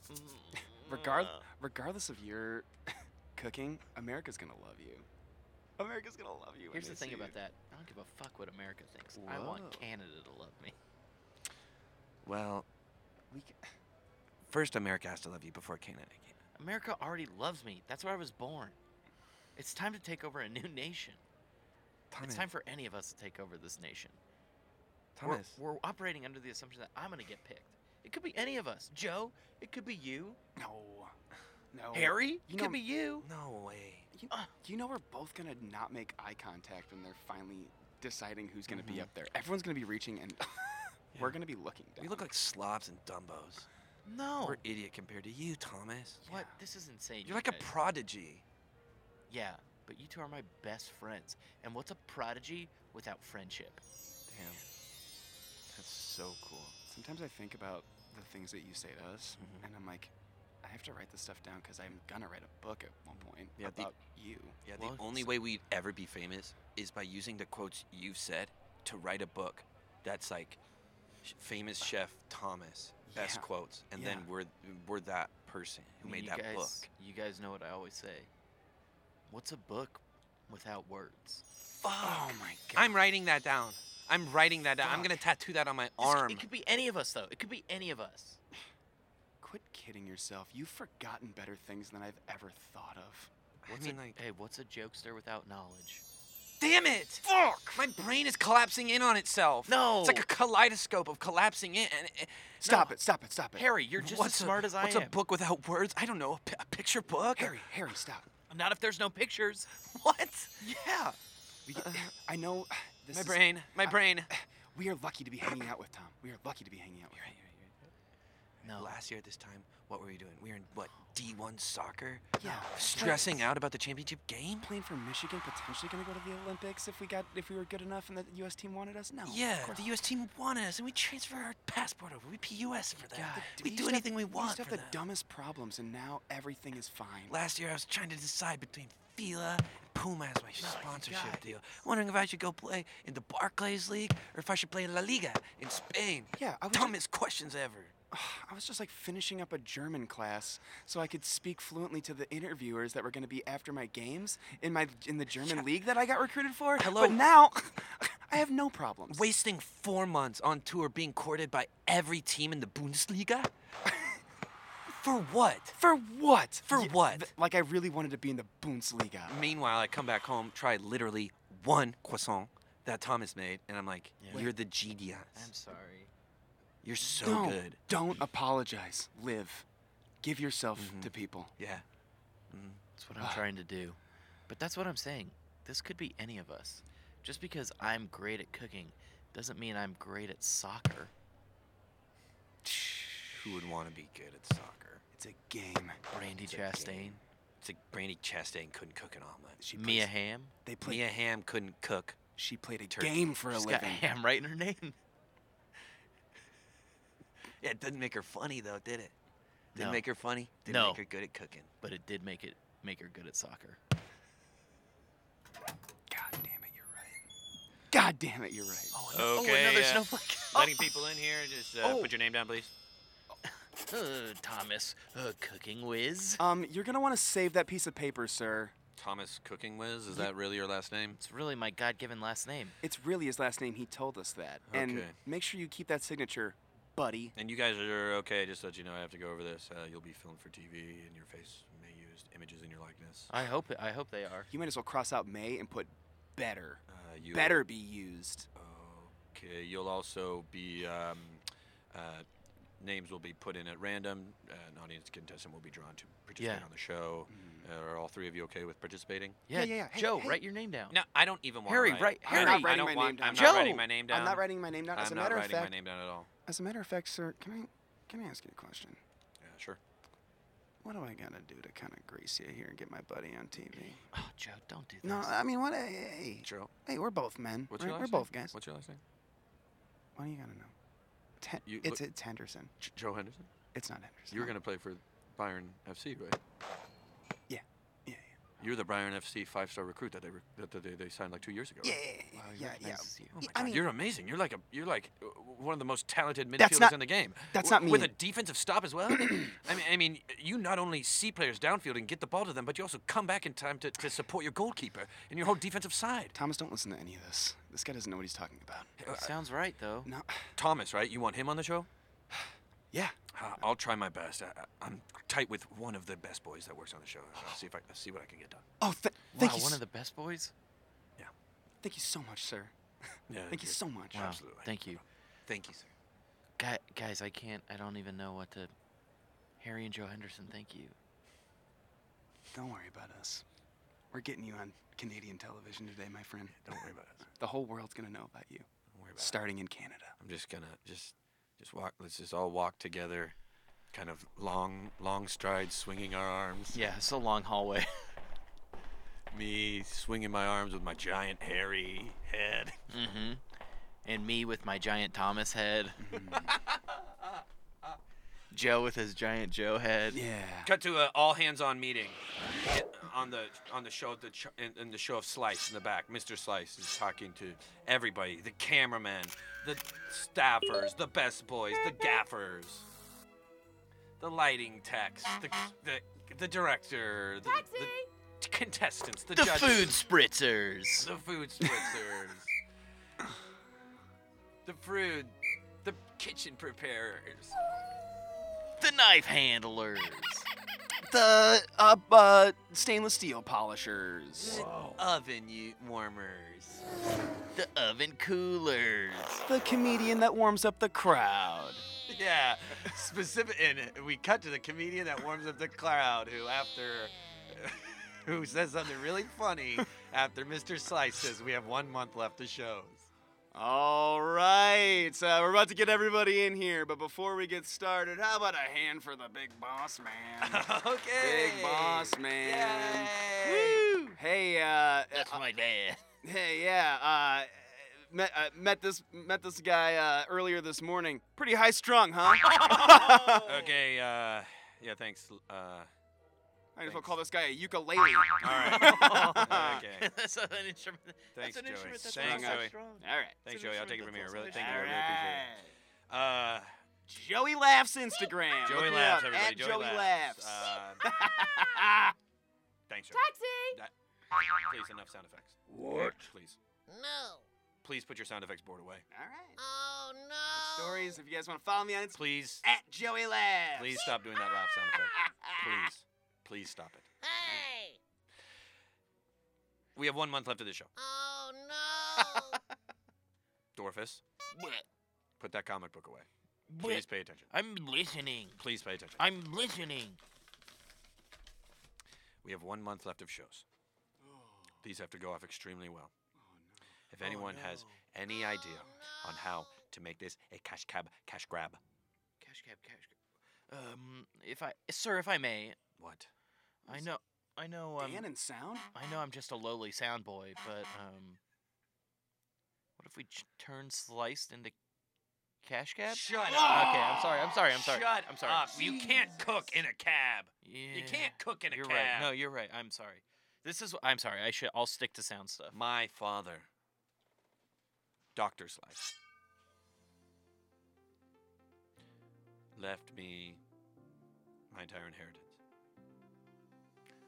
Regard-
uh,
regardless of your (laughs) cooking, America's gonna love you. America's gonna love you. when
Here's
they
the thing
see
about
you.
that. I don't give a fuck what America thinks. I
Whoa.
want Canada to love me.
Well,
We c-
(sighs) first America has to love you before Canada can.
America already loves me. That's where I was born. It's time to take over a new nation.
Thomas,
It's time for any of us to take over this nation. We're-
Thomas,
We're, operating under the assumption that I'm going to get picked. It could be any of us. Joe, it could be you.
no, no.
Harry,
Oh. you
it
know-
could be you.
no way.
you,
Ah.
you know we're both gonna not make eye contact when they're finally deciding who's gonna
Mm-hmm.
be up there. Everyone's gonna be reaching, and (laughs) we're
Yeah.
gonna be looking. Down.
We look like slobs and dumbos.
No.
We're idiot compared to you, Thomas.
what?
Yeah.
This is insane.
You're
you
like a
guys.
prodigy.
Yeah, but you two are my best friends. And what's a prodigy without friendship?
Damn. That's so cool.
Sometimes I think about the things that you say to us, and I'm like, I have to write this stuff down because I'm gonna write a book at one point
Yeah, the-
about you.
Yeah,
Well,
the only
it's-
way we'd ever be famous is by using the quotes you've said to write a book that's like sh- famous
Uh,
chef Thomas best
Yeah.
quotes and
Yeah.
then we're we're that person
I
who
mean,
made
you
that
guys,
book.
You guys know what I always say. What's a book without words?
Fuck.
Oh my god.
I'm writing that down. I'm writing that down. I'm
Fuck.
gonna tattoo that on my
This c-
arm.
It could be any of us, though. It could be any of us.
Quit kidding yourself. You've forgotten better things than I've ever thought of.
I
What's
mean,
a,
like,
hey, what's a jokester without knowledge?
damn it! Fuck! My brain is collapsing in on itself.
No.
It's like a kaleidoscope of collapsing in. And, and,
Stop
no.
it! Stop it! Stop it!
Harry, you're just
what's
as smart
a,
as I
what's
am.
a book without words? I don't know. A, pi- a picture book?
Harry, Harry, stop!
Not if there's no pictures.
What?
Yeah. We, I know. (sighs) This
my
is-
brain. My
I-
(laughs)
brain.
We are lucky to be hanging out with Tom. We are lucky to be hanging out with. him.
No.
Last year at this time, what were we doing? We were in what D1 soccer,
Yeah.
stressing out about the championship game.
Playing for Michigan, potentially gonna go to the Olympics if we got if we were good enough and the U.S. team wanted us. No. of
Yeah,
course
the U.S. team wanted us, and we transfer our passport over. We PUS for that.
God,
we,
used
do
to have-
anything we want
used to have
for
the
that.
dumbest problems, and now everything is fine.
Last year, I was trying to decide between Fila and Puma as my sponsorship
God.
deal. Wondering if I should go play in the Barclays League or if I should play in La Liga in Spain.
Yeah, I was ju-
dumbest questions ever.
I was just like finishing up a German class so I could speak fluently to the interviewers that were going to be after my games in my in the German league that I got recruited for.
Hello.
But now (laughs) I have no problems.
Wasting four months on tour being courted by every team in the Bundesliga. (laughs) for what?
for what?
For what?
like I really wanted to be in the Bundesliga.
Meanwhile, I come back home, try literally one croissant that Thomas made, and I'm like, "You're the genius.
I'm sorry.
You're so
don't,
good."
Don't apologize. Live. Give yourself
Mm-hmm.
to people.
Yeah.
That's what I'm trying to do. But that's what I'm saying. This could be any of us. Just because I'm great at cooking doesn't mean I'm great at soccer.
Who would want to be good at soccer?
It's a game.
Brandy
It's a
Chastain,
game. It's like Brandy Chastain couldn't cook an omelet.
She
Mia
plays-
Hamm.
They played.
Mia Hamm couldn't cook.
She played a
Turkey.
game for a
She's got
living.
(laughs) Ham right in her name.
Yeah, it didn't make her funny though, did it? Didn't
No.
make her funny. Didn't
No.
make her good at cooking.
But it did make it make her good at soccer.
God damn it, you're right. God damn it, you're right.
oh, another
uh,
(laughs) snowflake.
Letting people in here. Just uh,
Oh.
put your name down, please.
Uh, Thomas, uh, cooking whiz.
Um, you're gonna want to save that piece of paper, sir.
Thomas Cooking Whiz, is that really your last name?
It's really my God-given last name.
It's really his last name. He told us that. And
Okay.
make sure you keep that signature, buddy.
And you guys are okay. Just to let you know, I have to go over this. Uh, you'll be filmed for TV, and your face may use images in your likeness.
I hope it, I hope they are.
You might as well cross out May and put better.
Uh, you
Better be used.
Okay. You'll also be um, uh, names will be put in at random. Uh, an audience contestant will be drawn to participate
Yeah.
on the show.
Mm-hmm.
Uh, are all three of you okay with participating?
Yeah,
Yeah, yeah, yeah. Hey,
Joe,
hey.
write your name down.
No, I don't even want
Harry,
to
write-
write.
Harry.
I
I'm
don't
not
writing
want,
my name
I'm
down.
not writing
Joe!
my name down.
I'm not writing my name down. As
I'm
a
not
matter of
writing my
fact,
name down at all.
as a matter of fact, sir, can I can I ask you a question?
Yeah, sure.
What do I gotta do to kind of grace you here and get my buddy on TV?
Oh, Joe, don't do this.
No, I mean what? Hey, hey,
Joe,
hey we're both men.
what's
right?
your
We're
last name?
both guys.
What's your last name?
Why do you gotta know? Ten-
You
it's
look-
it's Henderson.
J- Joe Henderson.
It's not Henderson.
You were gonna play for Byron FC, right?
Yeah. Yeah.
You're the Byron FC five-star recruit that they rec- that that they, they signed like two years ago.
Yeah.
right?
Yeah.
Wow,
Yeah.
you're
yeah,
nice as you.
yeah,
God, you're amazing. You're like a you're like uh, one of the most talented midfielders
That's not-
in the game. W-
that's not me.
With a defensive stop as well. (clears throat) I mean, I mean, you not only see players downfield and get the ball to them, but you also come back in time to, to support your goalkeeper and your whole defensive side.
Thomas, don't listen to any of this. This guy doesn't know what he's talking about.
Sounds right though.
No. (sighs)
Thomas, right? You want him on the show?
Yeah.
Uh, I'll try my best. I, I- I'm tight with one of the best boys that works on the show. I'll see if I I'll see what I can get done.
Oh, th-
Wow,
thank you.
one
s-
of the best boys.
thank you so much, sir.
Yeah,
Thank you
you're-
so much.
Wow,
Absolutely.
Thank you,
Thank you, sir.
Guy, guys. I can't. I don't even know what to. Harry and Joe Henderson, thank you.
Don't worry about us. We're getting you on Canadian television today, my friend.
Don't worry about it.
The whole world's gonna know about you,
Don't worry about it.
starting in Canada.
I'm just gonna just just walk. Let's just all walk together, kind of long long strides, swinging our arms.
Yeah, it's a long hallway.
Me swinging my arms with my giant hairy head. (laughs)
Mm-hmm. (laughs) And me with my giant Thomas head. Mm-hmm. Joe with his giant Joe head.
Yeah.
Cut to a all hands on meeting on the on the show the ch- in, in the show of Slice in the back. Mr. Slice is talking to everybody, the cameraman, the staffers, the best boys, the gaffers, the lighting techs, the the, the director, the, the t- contestants, the,
The
judges,
food spritzers.
the food spritzers,
(laughs)
the food, the kitchen preparers.
The knife handlers.
The uh, uh, stainless steel polishers.
Oven u- warmers. The oven coolers.
The comedian that warms up the crowd.
Yeah, specific. And we cut to the comedian that warms up the crowd, who after, (laughs) who says something really funny after Mr. Slice says we have one month left of shows. (laughs)
All right, uh, we're about to get everybody in here, but before we get started, how about a hand for the big
(laughs)
boss man?
okay.
big boss man.
Yay.
Hey, uh,
That's my dad.
Hey, yeah. Uh, met, uh, met this met this guy uh, earlier this morning. Pretty high strung, huh?
Okay. Uh, yeah. Thanks.
(laughs)
Uh,
I
Thanks.
just want to call this guy
(laughs)
a ukulele.
all right. (laughs) okay.
(laughs) that's an instrument.
Thanks,
that's an
Joey.
instrument that's
Thanks,
not that
Joey.
strong.
All right.
Thanks,
It's an
Joey. I'll take it
instrument
from
that's
here.
also
Really, thank
an
you. I
instrument.
really appreciate it. Uh,
Joey laughs Instagram.
Joey
Look me
laughs.
up,
Everybody.
At Joey, laughs.
Uh,
(laughs)
thanks, Joey.
Taxi!
Please, enough sound effects.
What?
Please,
No.
please put your sound effects board away.
All right.
Oh, no.
Stories. If you guys want to follow me on
(laughs)
Instagram,
Please,
at Joey laughs.
please stop doing that laugh sound effect. Please, please stop it.
Hey!
We have one month left of the show.
Oh,
(laughs)
no.
Dorfus, put that comic book away. Please pay attention.
I'm listening.
Please pay attention.
I'm listening.
We have one month left of shows. These have to go off extremely well. If anyone has any idea on how to make this a cash cab, cash grab,
Cash cab, cash cab. Um, if I, sir, if I may,
what?
I know, I know, um,
Dan and sound.
I know, I'm just a lowly sound boy, but um, what if we ch- turn sliced into cash cab?
Shut
okay,
up.
I'm sorry, I'm sorry, I'm sorry,
Shut
I'm sorry.
up. You can't cook in a cab.
Yeah,
You can't cook in a
You're
cab.
right. No, you're right. I'm sorry. This is. wh- I'm sorry. I should. I'll stick to sound stuff.
My father, Dr. Slice, left me my entire inheritance.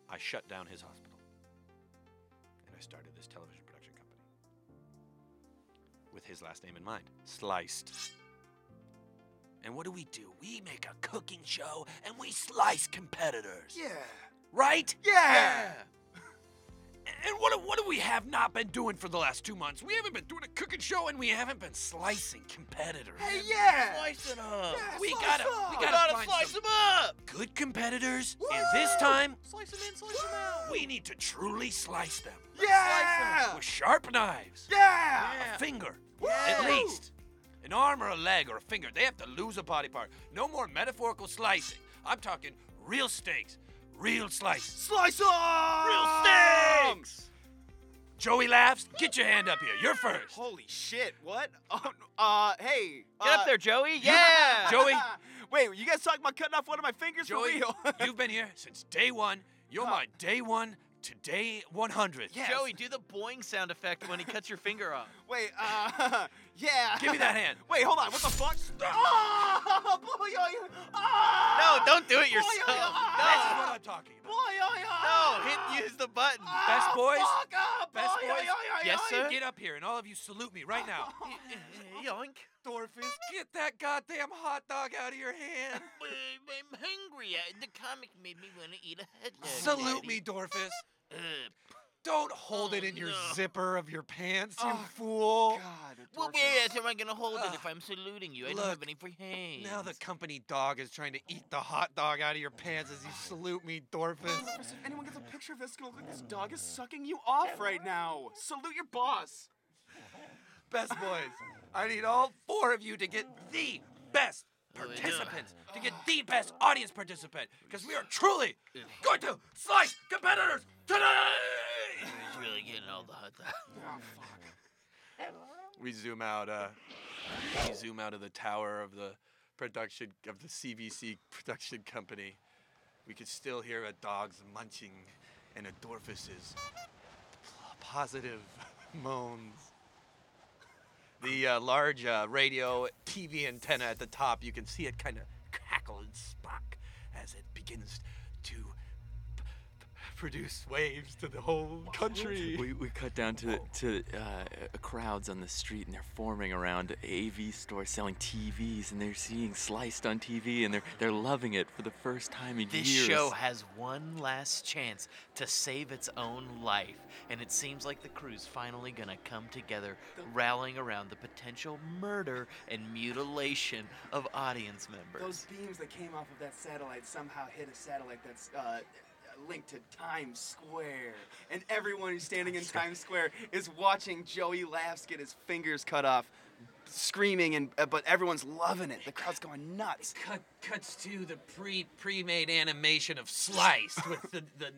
I shut down his hospital and I started this television production company with his last name in mind Sliced. And what do we do? We make a cooking show and we slice competitors.
Yeah.
Right?
Yeah.
And what, what do we have not been doing for the last two months? We haven't been doing a cooking show, and we haven't been slicing competitors.
Hey, yeah.
Slice it up.
Yeah,
we
slice
gotta,
up.
we
We
gotta,
gotta
find
slice
some
them up.
good competitors. And this time,
Slice them in. Slice them out.
we need to truly slice them
Yeah.
with sharp knives,
Yeah.
Yeah.
a finger, at least, an arm or a leg or a finger. They have to lose a body part. No more metaphorical slicing. I'm talking real steaks, real slices.
Slice up.
Real steaks! Joey laughs. Get your hand up here. You're first.
Holy shit! What? Oh, no. uh, hey.
Get
uh,
up there, Joey.
Yeah.
Joey.
(laughs) Wait, were you guys talking about cutting off one of my fingers
Joey,
for real? (laughs)
you've been here since day one. You're my day one to day 100.
Yes.
Joey, do the boing sound effect when he cuts your finger off.
Wait. Uh. (laughs) yeah.
Give me that hand.
(laughs) Wait. Hold on. What the fuck? Oh, (laughs) boy, oh,
No,
oh.
don't do it (laughs) yourself.
yourself.
This is
No,
what I'm talking
Boy,
about.
oh,
no,
oh.
hit use the button.
Oh,
Best boys?
Fuck, oh, boy,
Best
oh,
boys?
oh, oh,
Yes,
oh.
sir.
Get up here and all of you salute me right
(laughs)
now.
Yoink.
Dorfus, (laughs) get that goddamn hot dog out of your
(laughs)
hand.
I'm hungry. the comic made me want to eat a hot
salute me, Dorfus. Don't hold it in your zipper of your pants, you
Oh,
fool.
God. it
Well,
tortures.
where else am I gonna hold
Ugh.
it if I'm saluting you? I don't
Look,
have any free hands.
Now the company dog is trying to eat the hot dog out of your pants as you salute me, Dorfus.
If anyone gets a picture of this, it's gonna look like this dog is sucking you off right now. Salute your boss.
Best boys, I need all four of you to get the best participants, to get the best audience participant, because we are truly going to slice competitors today!
He's really getting all the hot
We zoom out. Uh, we zoom out of the tower of the production of the CVC production company. We could still hear a dog's munching and a dwarfess's positive (laughs) moans. The uh, large uh, radio TV antenna at the top, you can see it kind of crackle and spark as it begins to p- p- produce waves to the whole country.
We, we cut down to to uh, crowds on the street, and they're forming around AV stores selling TVs, and they're seeing Sliced on TV, and they're they're loving it for the first time in
This
years.
show has one last chance to save its own life, and it seems like the crew's finally gonna come together, rallying around the potential murder and mutilation of audience members.
Those beams that came off of that satellite somehow hit a satellite that's uh, linked to Times Square. And everyone who's standing in Times Square is watching Joey Laughs get his fingers cut off, screaming, and uh, but everyone's loving it. The crowd's going nuts.
(laughs) cut cuts to the pre pre made animation of Sliced with
(laughs)
the the,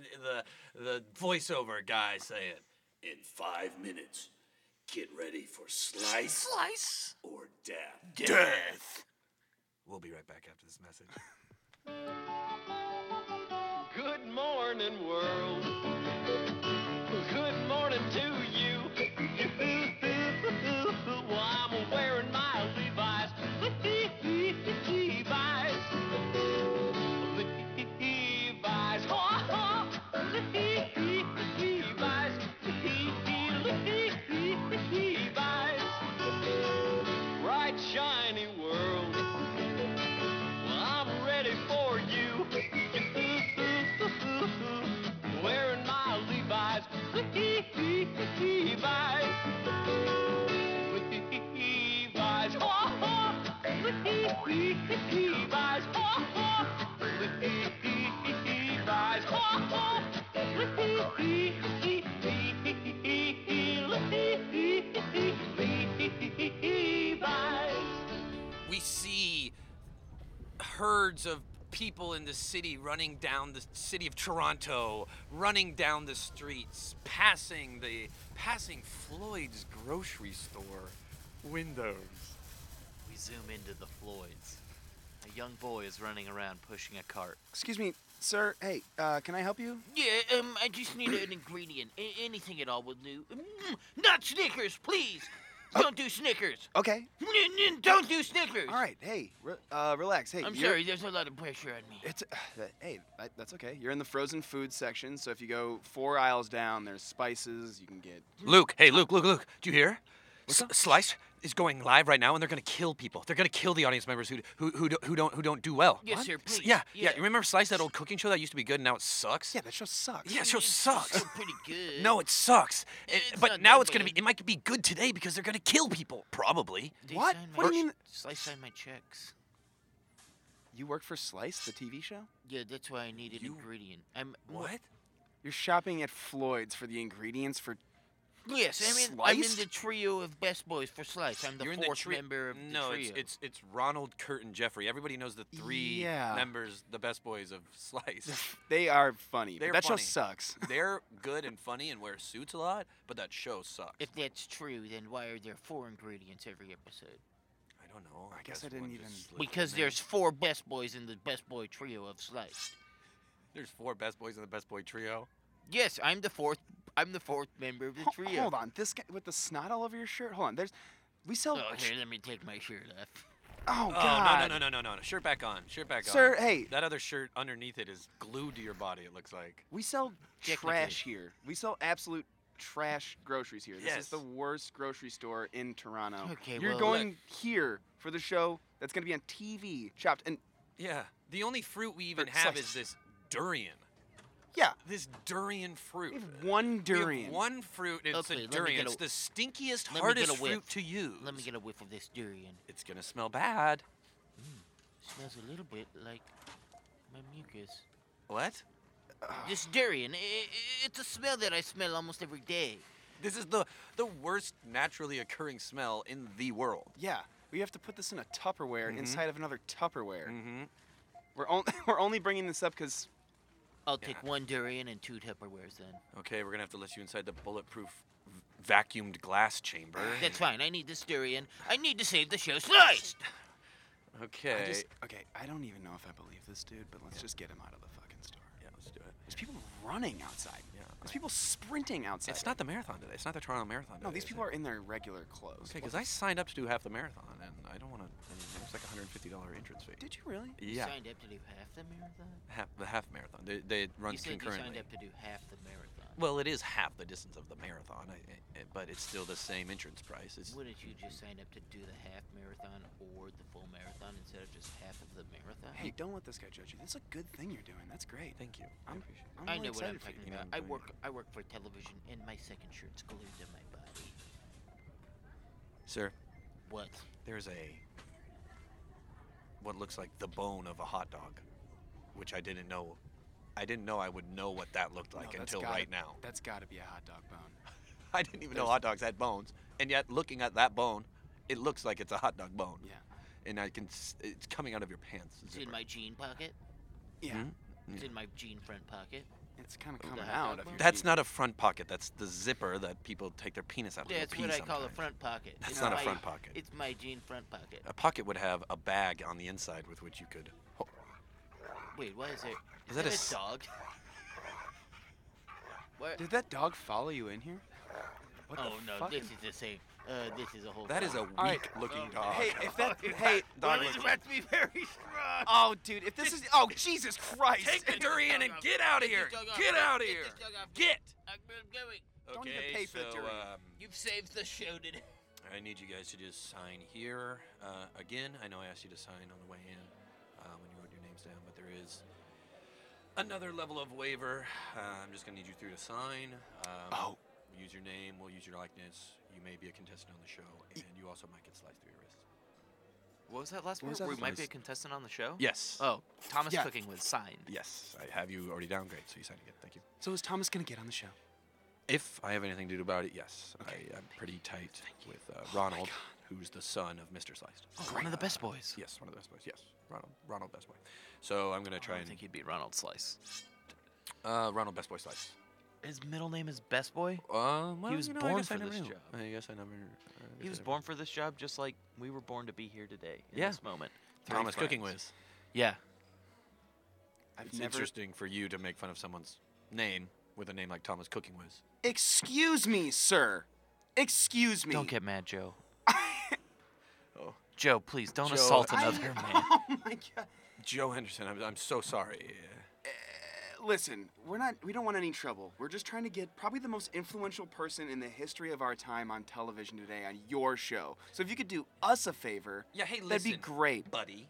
the the voiceover guy saying,
In five minutes, get ready for slice,
Slice!
or death.
"We'll be right back after this message."
Good morning, world. Good morning to you. well, I'm wearing my Levi's. Levi's. Levi's. Levi's. Levi's. Bright, shiny world. Well, I'm ready for you. Wearing my Levi's. Levi's. Levi's. Levi's. Levi's. Levi's.
We see herds of people in the city running down the city of Toronto, running down the streets, passing the passing Floyd's grocery store windows.
We zoom into the Floyds. A young boy is running around pushing a cart.
Excuse me, sir. Hey, uh, can I help you?
Yeah, um, I just need an ingredient. A- anything at all will do. Mm, not Snickers, please.
Oh.
Don't do Snickers.
Okay.
N- n- Don't do Snickers.
All right. Hey, re- uh, relax. Hey,
I'm
you're-
sorry, there's a lot of pressure on me.
It's (sighs) uh, hey, that, that's okay. You're in the frozen food section, so if you go four aisles down, there's spices. You can get
Luke, hey Luke, Luke, Luke, do you hear? S- Slice is going live right now, and they're gonna kill people. They're gonna kill the audience members who who who, do, who don't who don't do well.
Yes,
What?
sir,
S-
please.
Yeah, yeah,
Yeah.
You remember Slice, that old cooking show that used to be good and now it sucks?
yeah. That show sucks.
Yeah, show
It's
sucks.
still pretty
(laughs)
good.
No, it sucks. It-
It's
but
not
now
that
it's gonna be.
bad.
It might be good today because they're gonna kill people. Probably.
They
What?
signed
What
my
do you
ch-
mean-
Slice signed my checks.
You work for Slice, the TV show.
Yeah, that's why I need an ingredient. I'm
What?
You're shopping at Floyd's for the ingredients for.
Yes, I mean I'm in
Sliced?
the trio of best boys for Slice. I'm the
You're in the
fourth
tri-
member of the
No,
trio.
it's it's it's Ronald, Kurt, and Jeffrey. Everybody knows the three
Yeah.
members, the best boys of
(laughs)
Slice.
They are funny. but
They're
that
funny.
show
(laughs)
sucks.
They're good and funny and wear suits a lot, but that show sucks.
If that's true, then why are there four ingredients every episode?
I don't know.
I guess I didn't
one
even-
just slipped
Because
in there.
there's four best boys in the best boy trio of Slice.
there's four best boys in the best boy trio.
Yes, I'm the fourth. I'm the fourth member of the
Ho-
trio.
Hold on, this guy with the snot all over your shirt. Hold on, there's. We sell.
Oh, here, let me take my shirt off.
Oh,
Oh
God.
no no no no no no! Shirt back on. Shirt back
Sir,
on.
hey.
That other shirt underneath it is glued to your body. It looks like.
We sell
Technically.
trash here. We sell absolute trash groceries here. This
Yes.
is the worst grocery store in Toronto.
Okay,
You're
well,
going here for the show that's going to be on TV, chopped. And
Yeah. The only fruit we even
Or
have
slice.
is this durian.
yeah,
This durian fruit.
we have one
We have
durian.
one fruit. It's
Okay, let
a
me
durian.
get
It's
a-
the stinkiest,
let me get
hardest
a whiff.
fruit to use.
Let me get a whiff of this durian.
It's gonna smell bad.
smells a little bit like my mucus.
What? Ah.
This durian, i i it's a smell that I smell almost every day.
This is the the worst naturally occurring smell in the world.
Yeah, we have to put this in a (laughs) Tupperware inside of another Tupperware. Mm-hmm. We're, on- we're only bringing this up because
I'll take one durian and two Tupperwares then.
Okay, we're gonna have to let you inside the bulletproof v- vacuumed glass chamber.
That's fine. I need this durian. I need to save the show sliced.
Okay.
I just, okay, I don't even know if I believe this dude, but let's just get him out of the fucking store.
Yeah, let's do it.
There's people running outside. Yeah. There's people sprinting outside.
It's not the marathon today. It's not the Toronto Marathon.
No,
today,
these
is
people
it?
are in their regular clothes.
Okay, because I signed up to do half the marathon, and I don't want to. It's like a hundred fifty dollar entrance fee.
Did you really?
Yeah,
Signed up to do half the marathon.
half the half marathon. They, they run
you said you
concurrently.
signed up to do half the marathon.
Well, it is half the distance of the marathon, I, I- I- but it's still the same entrance price. It's,
Wouldn't you just sign up to do the half marathon or the full marathon instead of just half of the marathon?
Hey, don't let this guy judge you. That's a good thing you're doing. That's great.
thank you. I
I'm-
appreciate it.
I'm
I
really
know what I'm
excited for you.
you
talking
know
about.
what
I
I'm doing.
work. I work for television, and my second shirt's glued to my body.
Sir,
What?
there's a what looks like the bone of a hot dog, which I didn't know. I didn't know I would know what that looked like
No, that's
until
gotta-
right now. (laughs)
That's got to be a hot dog bone.
I didn't even know hot dogs had bones, and yet looking at that bone, it looks like it's a hot dog bone.
Yeah.
And I can, s- it's coming out of your pants.
It's in
zipper.
my jean pocket.
Yeah.
Hmm? It's in my jean front pocket.
It's kind of
the
coming
hot
out
dog
of
bone?
your.
That's
jeans.
not a front pocket. That's the zipper that people take their penis out.
That's
to
what
pee
I call a
sometimes.
front pocket.
That's
It's
not a
my-
front pocket.
It's my jean front pocket.
A pocket would have a bag on the inside with which you could.
Wait, what is it?
that a
that
s-
a dog? What?
Did that dog follow you in here? What
Oh
the
no,
fuck?
this is the same. Uh, this is a whole.
That is a
(laughs)
weak
right.
looking
Oh,
dog.
Hey, if
(laughs)
that. Hey,
Well,
dog.
it's about to be very strong.
Oh, dude, if this is. Oh, Jesus Christ!
(laughs)
Take the durian and get out of here!
dog off.
Get out of
Get
here!
this dog off.
Get!
I'm going.
Don't even pay for the
so,
durian.
um,
You've saved the show
(laughs)
today.
I need you guys to just sign here uh, again. I know I asked you to sign on the way in uh, when you wrote your names down, but there is another level of waiver. Uh, I'm just gonna need you three to sign. Um,
(laughs) Oh.
Use your name. We'll use your likeness. You may be a contestant on the show, and you also might get sliced through your wrist.
What was that last
What
one?
was that
We
last
might be
one?
a contestant on the show?
Yes.
Oh, Thomas
Yeah.
Cooking was signed.
Yes, I have you already down. Great, so you signed again. Thank you.
So is Thomas gonna get on the show?
If I have anything to do about it, yes. I, I'm pretty tight with uh, Ronald, who's the son of Mr. Sliced.
Oh, One of the best boys.
Yes, one of the best boys. Yes, Ronald. Ronald Best Boy. So I'm gonna try
I
and
think he'd beat Ronald Slice.
uh, Ronald Best Boy Slice.
His middle name is Best Boy.
Um, well,
was
you know, I
born
guess I
for
never
this
knew.
job.
I guess I never. I guess
He was
I never-
born for this job, just like we were born to be here today. In
Yeah.
this moment. Three
Thomas Cooking
friends.
Whiz.
Yeah.
I've
It's interesting for you to make fun of someone's name with a name like Thomas Cooking Whiz.
Excuse me, sir. Excuse me.
Don't get mad, Joe. Joe, please don't
Joe,
assault
I-
another man.
(laughs) Oh my god.
Joe Henderson, I'm, I'm so sorry.
Listen, we're not. We don't want any trouble. We're just trying to get probably the most influential person in the history of our time on television today on your show. So if you could do us a favor,
Yeah, hey, listen, Oh.
that'd be
(laughs)
great.
buddy.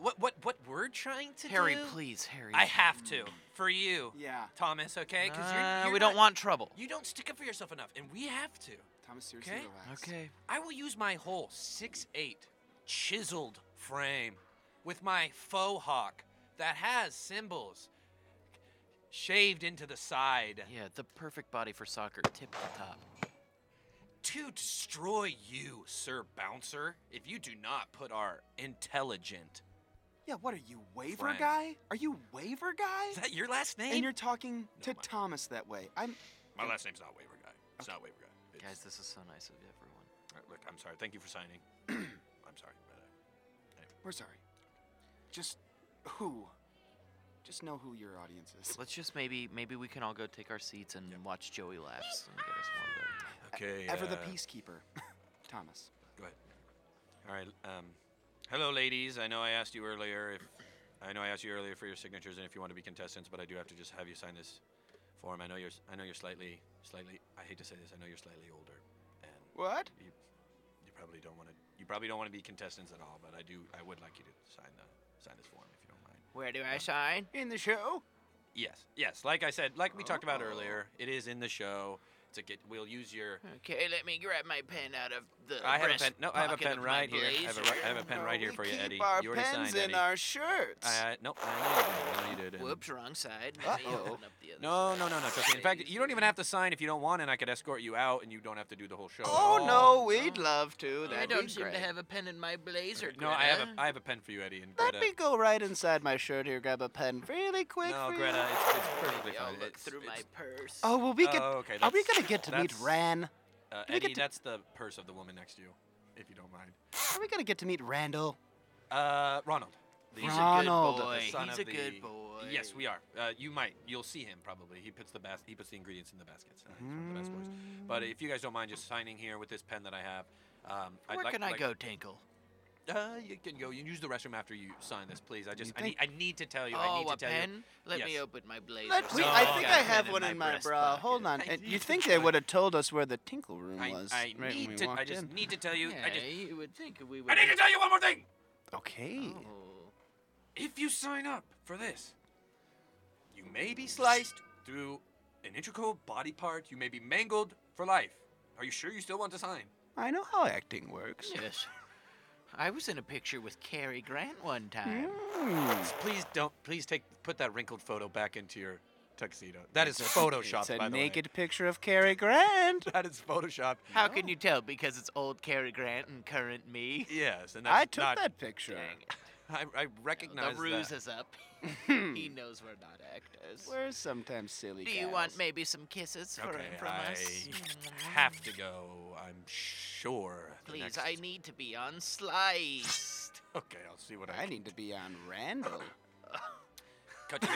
What what what we're trying to
Harry,
do?
please, Harry.
I have to for you.
Yeah.
Thomas, okay? Because you're,
Nah,
you're
Uh, we don't
not-
want trouble.
You don't stick up for yourself enough, and we have to.
Thomas, seriously,
Okay.
relax.
Okay.
I will use my whole six eight chiseled frame with my faux hawk that has symbols shaved into the side
Yeah, the perfect body for soccer. Tip the top.
to destroy you, Sir Bouncer, if you do not put our intelligent.
Yeah. What are you, waiver
Frank.
guy? Are you waiver guy?
Is that your last name?
and you're talking to
my-
Thomas that way. I'm.
my last name's not Waiver Guy. It's not Waiver Guy. It's-
Guys, this is so nice of everyone.
Uh, Look, I'm sorry. Thank you for signing. (clears throat) I'm sorry.
E-,
But, uh,
We're sorry. Just who? Just know who your audience is.
Let's just maybe maybe we can all go take our seats and watch Joey laughs and get us warmed up.
Okay.
(laughs) Ever the
uh,
peacekeeper, (laughs) Thomas.
Go ahead. All right. Um, hello, ladies. I know I asked you earlier if I know I asked you earlier for your signatures and if you want to be contestants, but I do have to just have you sign this form. I know you're s- I know you're slightly slightly. I hate to say this. I know you're slightly older, and
What?
you you probably don't want to you probably don't want to be contestants at all. But I do. I would like you to sign the sign this form if you don't mind.
Where do I sign?
In the show?
Yes. Yes. Like I said, like we talked about earlier, it is in the show. It's a get. We'll use your.
Okay, let me grab my pen out of
the
I have a
breast
pen. No, I have a
pocket
pen
of my
right here. I have a, ri- I have a
blazer.
pen right here for you,
keep
Eddie.
our
you already
pens
signed
in
Eddie.
our shirts.
Uh, nope, I needed it. I needed it.
Whoops, wrong side. Now you
Uh-oh.
open up the other
No,
side.
no, no, no, Trust me. In fact, you don't even have to sign if you don't want, and I could escort you out, and you don't have to do the whole show. at
Oh,
all.
no, we'd
love to.
Oh, I
That'd be
don't seem
great.
to have a pen in my blazer.
No, I have
Greta.
a, I have a pen for you, Eddie. And Greta.
Let me go right inside my shirt here, grab a pen really quick.
No,
for
Greta,
you.
it's, it's perfectly fine.
Look
It's-
through my
it's-
purse.
Oh, well, we could.
Oh, okay,
are we
that's-
gonna get to meet
that's-
Ran?
Uh,
Do we get
Eddie,
to-
that's the purse of the woman next to you, if you don't mind.
Are we gonna get to meet Randall?
Uh, Ronald. The
He's
Ronald, the
a good boy.
son
He's
of
a good
the-
boy.
Yes, we are. Uh, you might. You'll see him probably. He puts the bas- he puts the ingredients in the baskets. Uh, he's one of the best boys. But if you guys don't mind just signing here with this pen that I have, um, I'd
Where
like-
can I
like-
go, Tinkle?
Uh, you can go. You can use the restroom after you sign this, please. I just I need,
think?
I need to tell you. I
Oh,
need to
a
tell
pen?
you.
Let me
Yes.
open my blazer. Oh,
Let me,
No,
I
I've
think
got
I
a pen
have
in
one
my
in my
breast
bra.
pocket.
Hold on.
I
And you
need to
think they
tell
would have told us where the tinkle room
I,
was
I
right
need
when we
to. I
walked
just
in?
need to tell you.
yeah,
I just.
you would think we would.
I need to tell you one more thing.
Okay.
Oh.
If you sign up for this, you may be sliced through an integral body part. You may be mangled for life. Are you sure you still want to sign?
I know how acting works.
Yes. I was in a picture with Cary Grant
Hmm?
one time.
Please don't. Please take put that wrinkled photo back into your tuxedo. That is photoshopped.
It's a
by the way.
naked picture of Cary Grant.
(laughs) That is photoshopped.
How can you tell? Because it's old Cary Grant and current me.
Yes, and that's
I took
not-
that picture.
I, I recognize
the ruse
that.
is up. (laughs) he knows we're not actors.
We're sometimes silly.
Do you want
gals.
maybe some kisses for,
Okay,
from
I
us?
have to go. I'm sure. the
Please,
next-
I need to be unsliced.
Okay, I'll see what I.
I need to be on Randall.
Cut to
(laughs)
the,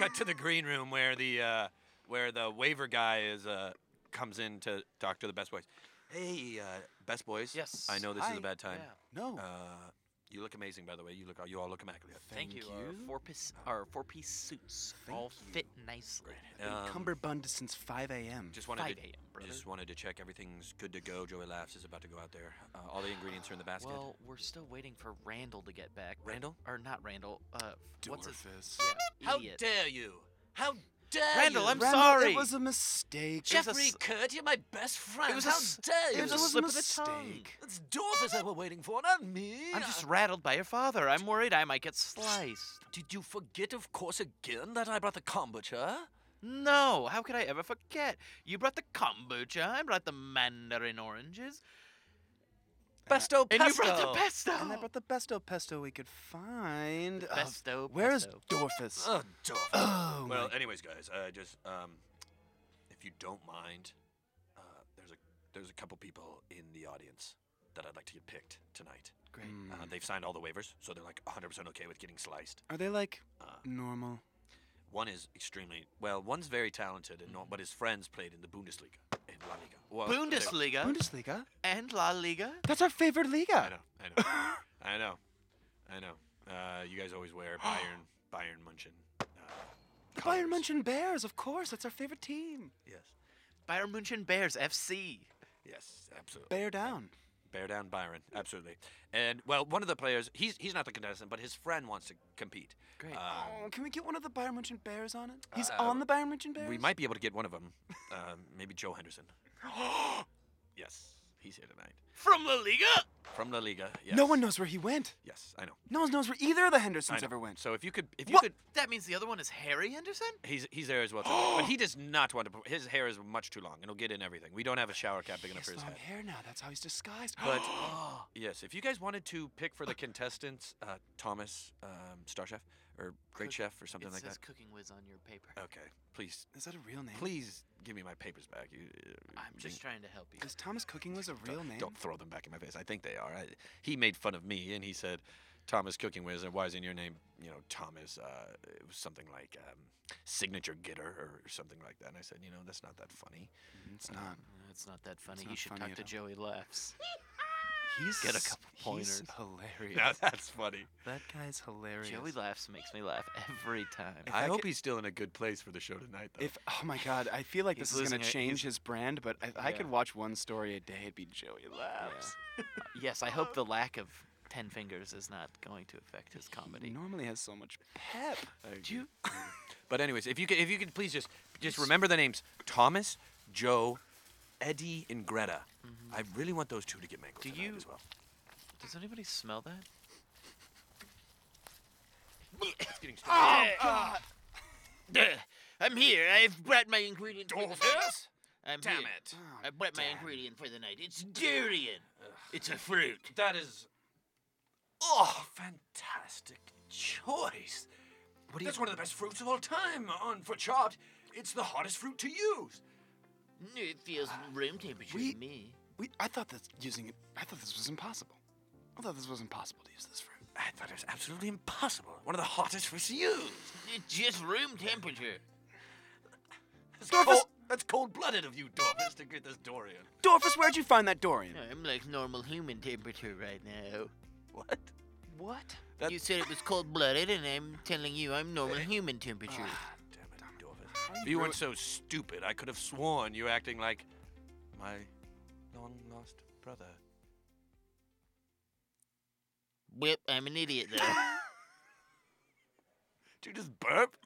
cut to the green room where the uh, where the waiver guy is uh, comes in to talk to the best boys. Hey, uh, best boys.
Yes,
I know this is
I-
a bad time.
No.
Uh, you look amazing, by the way. You look. You all look immaculate.
Thank, you. Our four piece, our four piece suits all fit nicely.
Been
Um,
cummerbund since 5 a.m.
Just wanted
5
to,
a.m., brother.
just wanted to check everything's good to go. Joey laughs is about to go out there. Uh, all the ingredients are in the basket.
Well, we're still waiting for Randall to get back. but-
Randall?
Or not Randall. Uh, what's his?
Dwarfus.
Yeah,
How
idiot.
dare you? How dare
Randall,
you?
I'm
Randall,
sorry.
It was a mistake.
Jeffrey Kurt, you're my best friend.
It was a
How
s-
dare
It
you?
was, a
slip of the tongue.
mistake.
It's Dorfus I were waiting for, not me.
I'm just rattled by your father. I'm worried I might get sliced.
Did you forget, of course, again that I brought the kombucha?
Uh, No, how could I ever forget? You brought the kombucha, I brought the mandarin oranges,
Pesto,
and you brought the pesto.
And
Oh.
I brought the besto pesto we could find. Oh,
besto
Where is
pesto.
Dorfus?
Oh, Dorfus.
Oh,
well,
my-
anyways, guys, uh, just um, if you don't mind, uh, there's a there's a couple people in the audience that I'd like to get picked tonight.
Great.
Uh,
Hmm.
they've signed all the waivers, so they're like 100% okay with getting sliced.
Are they like
Uh,
normal?
One is extremely well. One's very talented, and
Hmm.
not, but his friends played in the Bundesliga and La Liga. Well, they're-
Bundesliga
Bundesliga?
and La Liga.
That's our favorite
I
Liga.
know, I
(laughs)
know, I know, I know. Uh, you guys always
(gasps)
wear Bayern, Bayern Munchen. Uh,
The
colours.
Bayern Munchen Bears, of course. That's our favorite team.
Yes,
Bayern München Bears FC.
yes, absolutely.
Bear down.
Bear down, Byron. Absolutely. And well, one of the players, he's he's not the contestant, but his friend wants to compete.
Great.
Um,
Oh, can we get one of the Bayern Munchen Bears on it? He's
Uh,
on the Bayern Munchen Bears?
we might be able to get one of them. Um, maybe Joe
(gasps)
Henderson. yes, he's here tonight
From La Liga?
from La Liga. Yes.
No one knows where he went.
Yes, I know.
No one knows where either of the Hendersons
I know.
ever went.
So if you could, if you
What?
could,
That means the other one is Harry Henderson?
he's he's there as well. too. but
(gasps)
he does not want to. perf- His hair is much too long. It'll get in everything. We don't have a shower cap big
He
enough
has
for his
long
head.
hair now. That's how he's disguised.
But yes, if you guys wanted to pick for the contestants, uh, Thomas, um, Star Chef, or Great
Cook-
Chef, or something
it
like
says
that.
Cooking Whiz on your paper.
Okay, please,
(gasps) is that a real name?
please give me my papers back. You, uh,
I'm just trying to help you.
Is Thomas Cooking was a real name?
Don't throw them back in my face. I think they are. I, he made fun of me and he said, Thomas Cooking Whiz, and why isn't your name, you know, Thomas, uh, it was something like um, Signature Getter or, or something like that. And I said, you know, that's not that funny. (laughs)
It's not.
No, It's not that funny.
It's
You
not
should
funny
talk
at
to
all.
Joey Laughs.
He's
Get a couple pointers.
He's hilarious.
Now that's funny.
That guy's hilarious.
Joey Laughs makes me laugh every
(laughs)
time.
(laughs)
If
I,
I
hope
could-
he's still in a good place for the show tonight, though.
If oh my god, I feel like
He's
this is gonna
losing it.
change his brand, but if I could
Yeah.
watch one story a day, it'd be Joey Laughs.
Yes, I
Oh.
hope the lack of ten fingers is not going to affect his
He
comedy.
normally has so much pep.
Do you?
but anyways, if you could, if you could please just just remember the names Thomas, Joe, Eddie and Greta. I really want those two to get mangled
Do
tonight
you?
as well.
Does anybody smell that?
It's getting
Oh, God. I'm here. I've brought my ingredient. for the night.
Yes?
I'm
Damn
here.
it.
I brought my ingredient for the night. It's durian. It's a fruit.
That is. Oh, fantastic choice. That's one of the best fruits of all time on for chopped. It's the hottest fruit to use.
It feels room temperature
we-
to me.
We, I thought that using it, I thought this was impossible. I thought this was impossible to use this fruit.
I thought it was Uh, absolutely impossible. One of the hottest fruits to use.
It's just room temperature.
That's, cold, that's cold-blooded of you, Dorfus, to get this Dorian.
Dorfus, where'd you find that Dorian?
I'm like normal human temperature right now.
What?
What?
That-
you said it was cold blooded, and I'm telling you
(laughs)
I'm normal human temperature.
Ah.
Damn it, Dorfus. You weren't so stupid. I could have sworn you were acting like my long-lost brother.
Whip, I'm an idiot
(laughs)
though.
Did you just burp?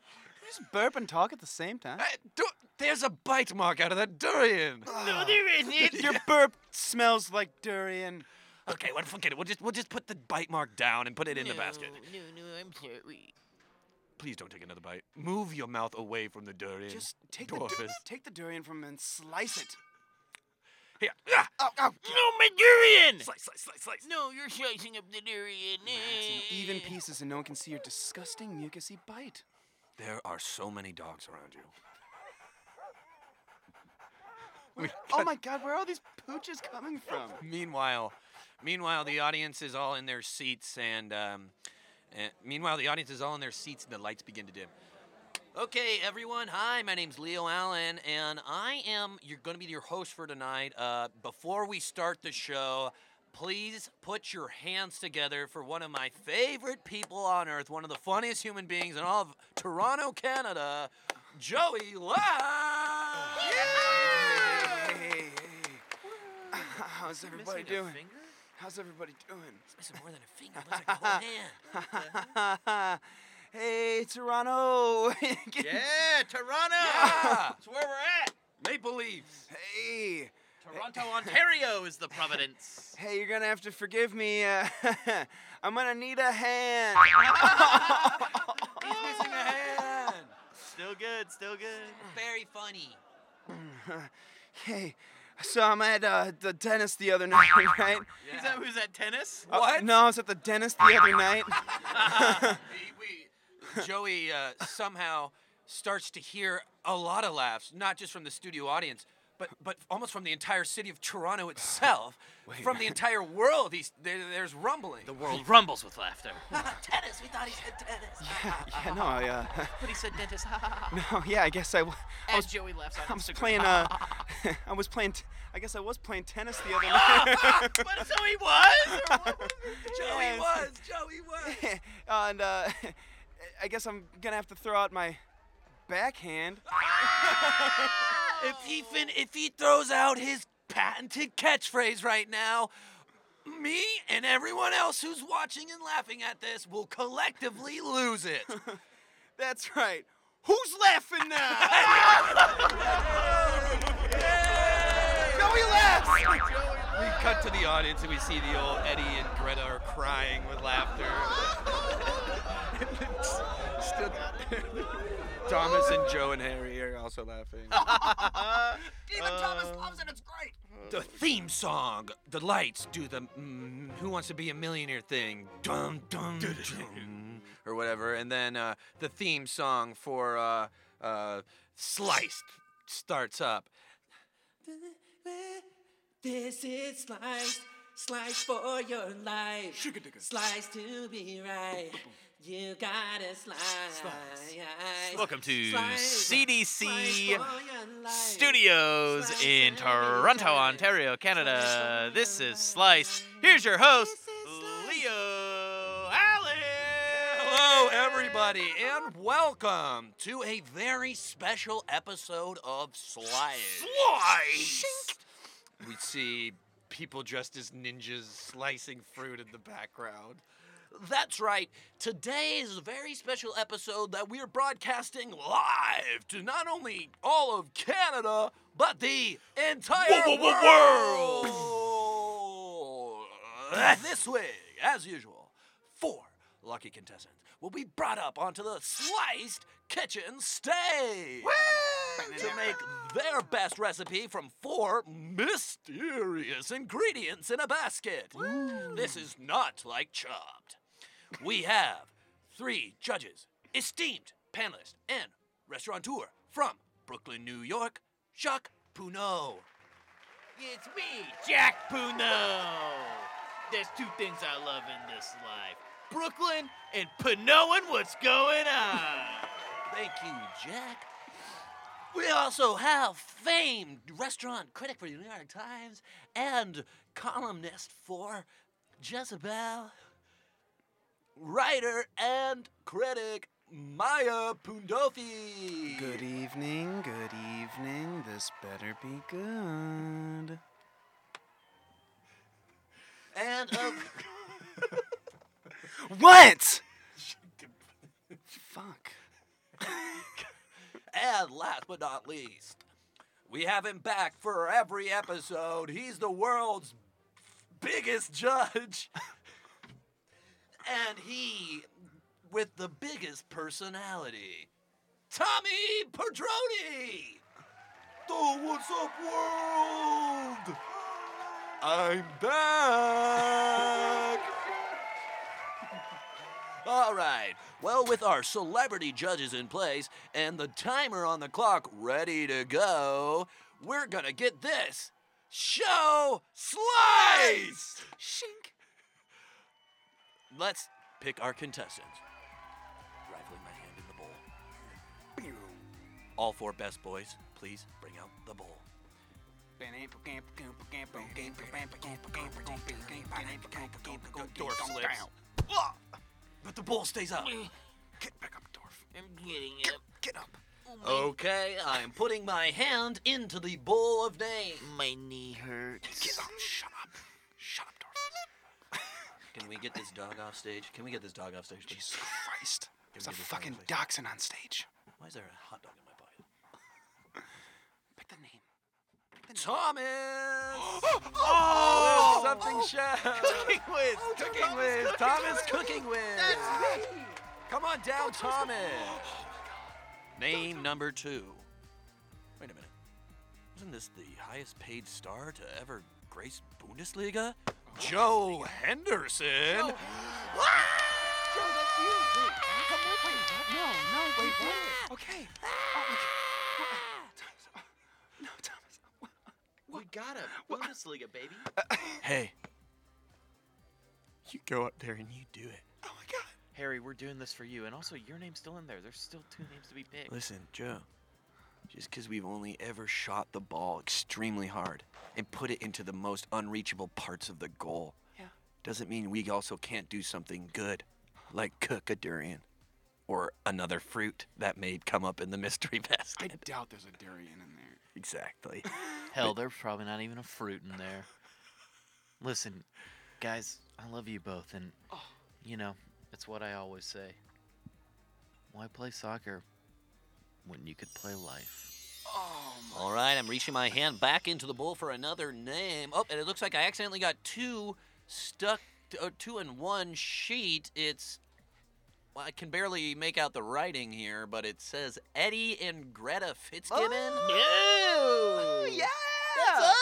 Just burp and talk at the same time.
Hey, do- there's a bite mark out of that durian.
no, there
(laughs)
isn't.
Your burp smells like durian.
Okay, well, forget it. We'll just we'll just put the bite mark down and put it in the basket.
No, no, no, I'm sorry.
Please don't take another bite. Move your mouth away from the durian.
Just take the,
Dorfus.
du- take the durian from him and slice it.
Here. Ah!
Oh, oh,
No, my durian!
Slice, slice, slice, slice.
No, you're slicing up the durian.
It's in even pieces and no one can see your disgusting mucusy bite.
There are so many dogs around you.
Oh my god, where are all these pooches coming from?
Meanwhile, meanwhile, the audience is all in their seats, and um, and meanwhile, the audience is all in their seats, and the lights begin to dim. Okay, everyone. Hi, my name's Leo Allen, and I am you're going to be your host for tonight. Uh, before we start the show, please put your hands together for one of my favorite people on earth, one of the funniest human beings in all of Toronto, Canada, Joey Love.
Hey, hey, (laughs) hey. How's everybody
Missing a
doing?
finger?
How's everybody doing?
It's more than a finger. It looks like a (laughs) whole hand.
(laughs) hey, Toronto! (laughs)
Yeah, Toronto. Yeah. That's where we're at. Maple Leafs.
hey,
Toronto, Ontario is the providence.
hey, you're gonna have to forgive me. (laughs) Uh, I'm gonna need a hand.
He's missing a hand.
Still good, still good.
(laughs) Very funny.
hey, so I'm at uh, the dentist the other (laughs) night, right?
Is that who's that tennis?
Uh, no, I was at the dentist the other night. (laughs)
Joey uh, somehow starts to hear a lot of laughs, not just from the studio audience, but but almost from the entire city of Toronto itself, from the entire world. He's, there, there's rumbling.
The world rumbles with laughter.
tennis. We thought he said tennis.
yeah, no, I, uh, (laughs)
but he said dentist. (laughs) Ha, ha, ha.
no, yeah, I guess I, w- I
As
was,
Joey laughs on
I was
Instagram.
playing.
(laughs)
Uh, (laughs) I was playing. T- I guess I was playing tennis the other night.
but so he was. Or what was it?
Joey was. Joey was.
(laughs) and uh, I guess I'm gonna have to throw out my backhand. (laughs)
If he fin- if he throws out his patented catchphrase right now, me and everyone else who's watching and laughing at this will collectively lose
(laughs)
it.
That's right. Who's
(laughs)
laughing now? Joey laughs.
we cut to the audience and we see the old Eddie and Greta are crying with
(laughs)
laughter. (laughs) Still, Thomas and Joe and Harry are also laughing. The theme song, the lights do the mm, "Who Wants to Be a Millionaire" thing, dum dum dum, or whatever, and then uh, the theme song for uh, uh, "Sliced" starts up. This is sliced, sliced for your life, sliced to be right. You gotta slice.
Welcome to
Slice.
CDC
Studio.
Studios
Slice
in
for your
Toronto,
life.
Ontario,
Slice
Canada.
for
This
your
is Slice. Here's your host, Leo Allen.
Hello, everybody, and welcome to a very special episode of Slice. Slice! We see people dressed as ninjas slicing fruit in the background. That's right. Today is a very special episode that we are broadcasting live to not only all of Canada, but the entire
Whoa, whoa, whoa,
world.
(laughs)
this week, as usual, four lucky contestants will be brought up onto the sliced kitchen stage to make their best recipe from four mysterious ingredients in a basket. This is not like chopped. We have three judges, esteemed panelist and restaurateur from Brooklyn, New York, Jacques Puneau.
It's me, Jack Puno. There's two things I love in this life Brooklyn and Punoing what's going on.
Thank you, Jack. We also have famed restaurant critic for the New York Times and columnist for Jezebel, writer and critic Maya Pundofi.
Good evening, good evening. This better be good.
And of
What? Fuck.
And last but not least, we have him back for every episode. He's the world's biggest judge. and he with the biggest personality. Tommy Padroni! The What's Up World! I'm back! All right. Well, with our celebrity judges in place and the timer on the clock ready to go, we're gonna get this show sliced. Shink. Let's pick our contestants. Rifling my hand in the bowl. All four best boys, please bring out the bowl. Dorf slips. Ah! But the bowl stays up. Get back up, Dorf.
I'm getting up.
Get up. Okay, I'm putting my hand into the bowl of names. My knee hurts. Get up, shut up. Shut up, Dorf. Can we get this dog off stage? Can we get this dog off stage? Jesus
Christ. There's a fucking
dog.
dachshund on stage.
Why is there a hot dog in my pocket? (laughs) Pick the name. Thomas! (gasps)
Oh!
Live something chef! (laughs) Cooking whiz! cooking whiz! Thomas cooking whiz! That's me! Come on down, Thomas! Oh Name number two. Wait a minute. Isn't this the highest paid star to ever grace Bundesliga? Joe Henderson!
Joe, that's you. Wait, can you come with me? No, no, wait, wait. Okay.
We got a Bundesliga, baby.
Hey. You go up there and you do it.
Harry, we're doing this for you, and also your name's still in there. There's still two names to be picked.
Listen, Joe, just because we've only ever shot the ball extremely hard and put it into the most unreachable parts of the goal
Yeah.
doesn't mean we also can't do something good, like cook a durian or another fruit that may come up in the mystery (laughs) basket.
I doubt there's a durian in there.
Exactly.
Hell, there's probably not even a fruit in there. Listen, guys, I love you both, and you know, it's what I always say. Why play soccer when you could play life?
All right, I'm reaching my hand back into the bowl for another name. Oh, and it looks like I accidentally got two stuck, uh, two in one sheet. It's, well, I can barely make out the writing here, but it says Eddie and Greta Fitzgibbon.
Oh,
yeah!
That's us!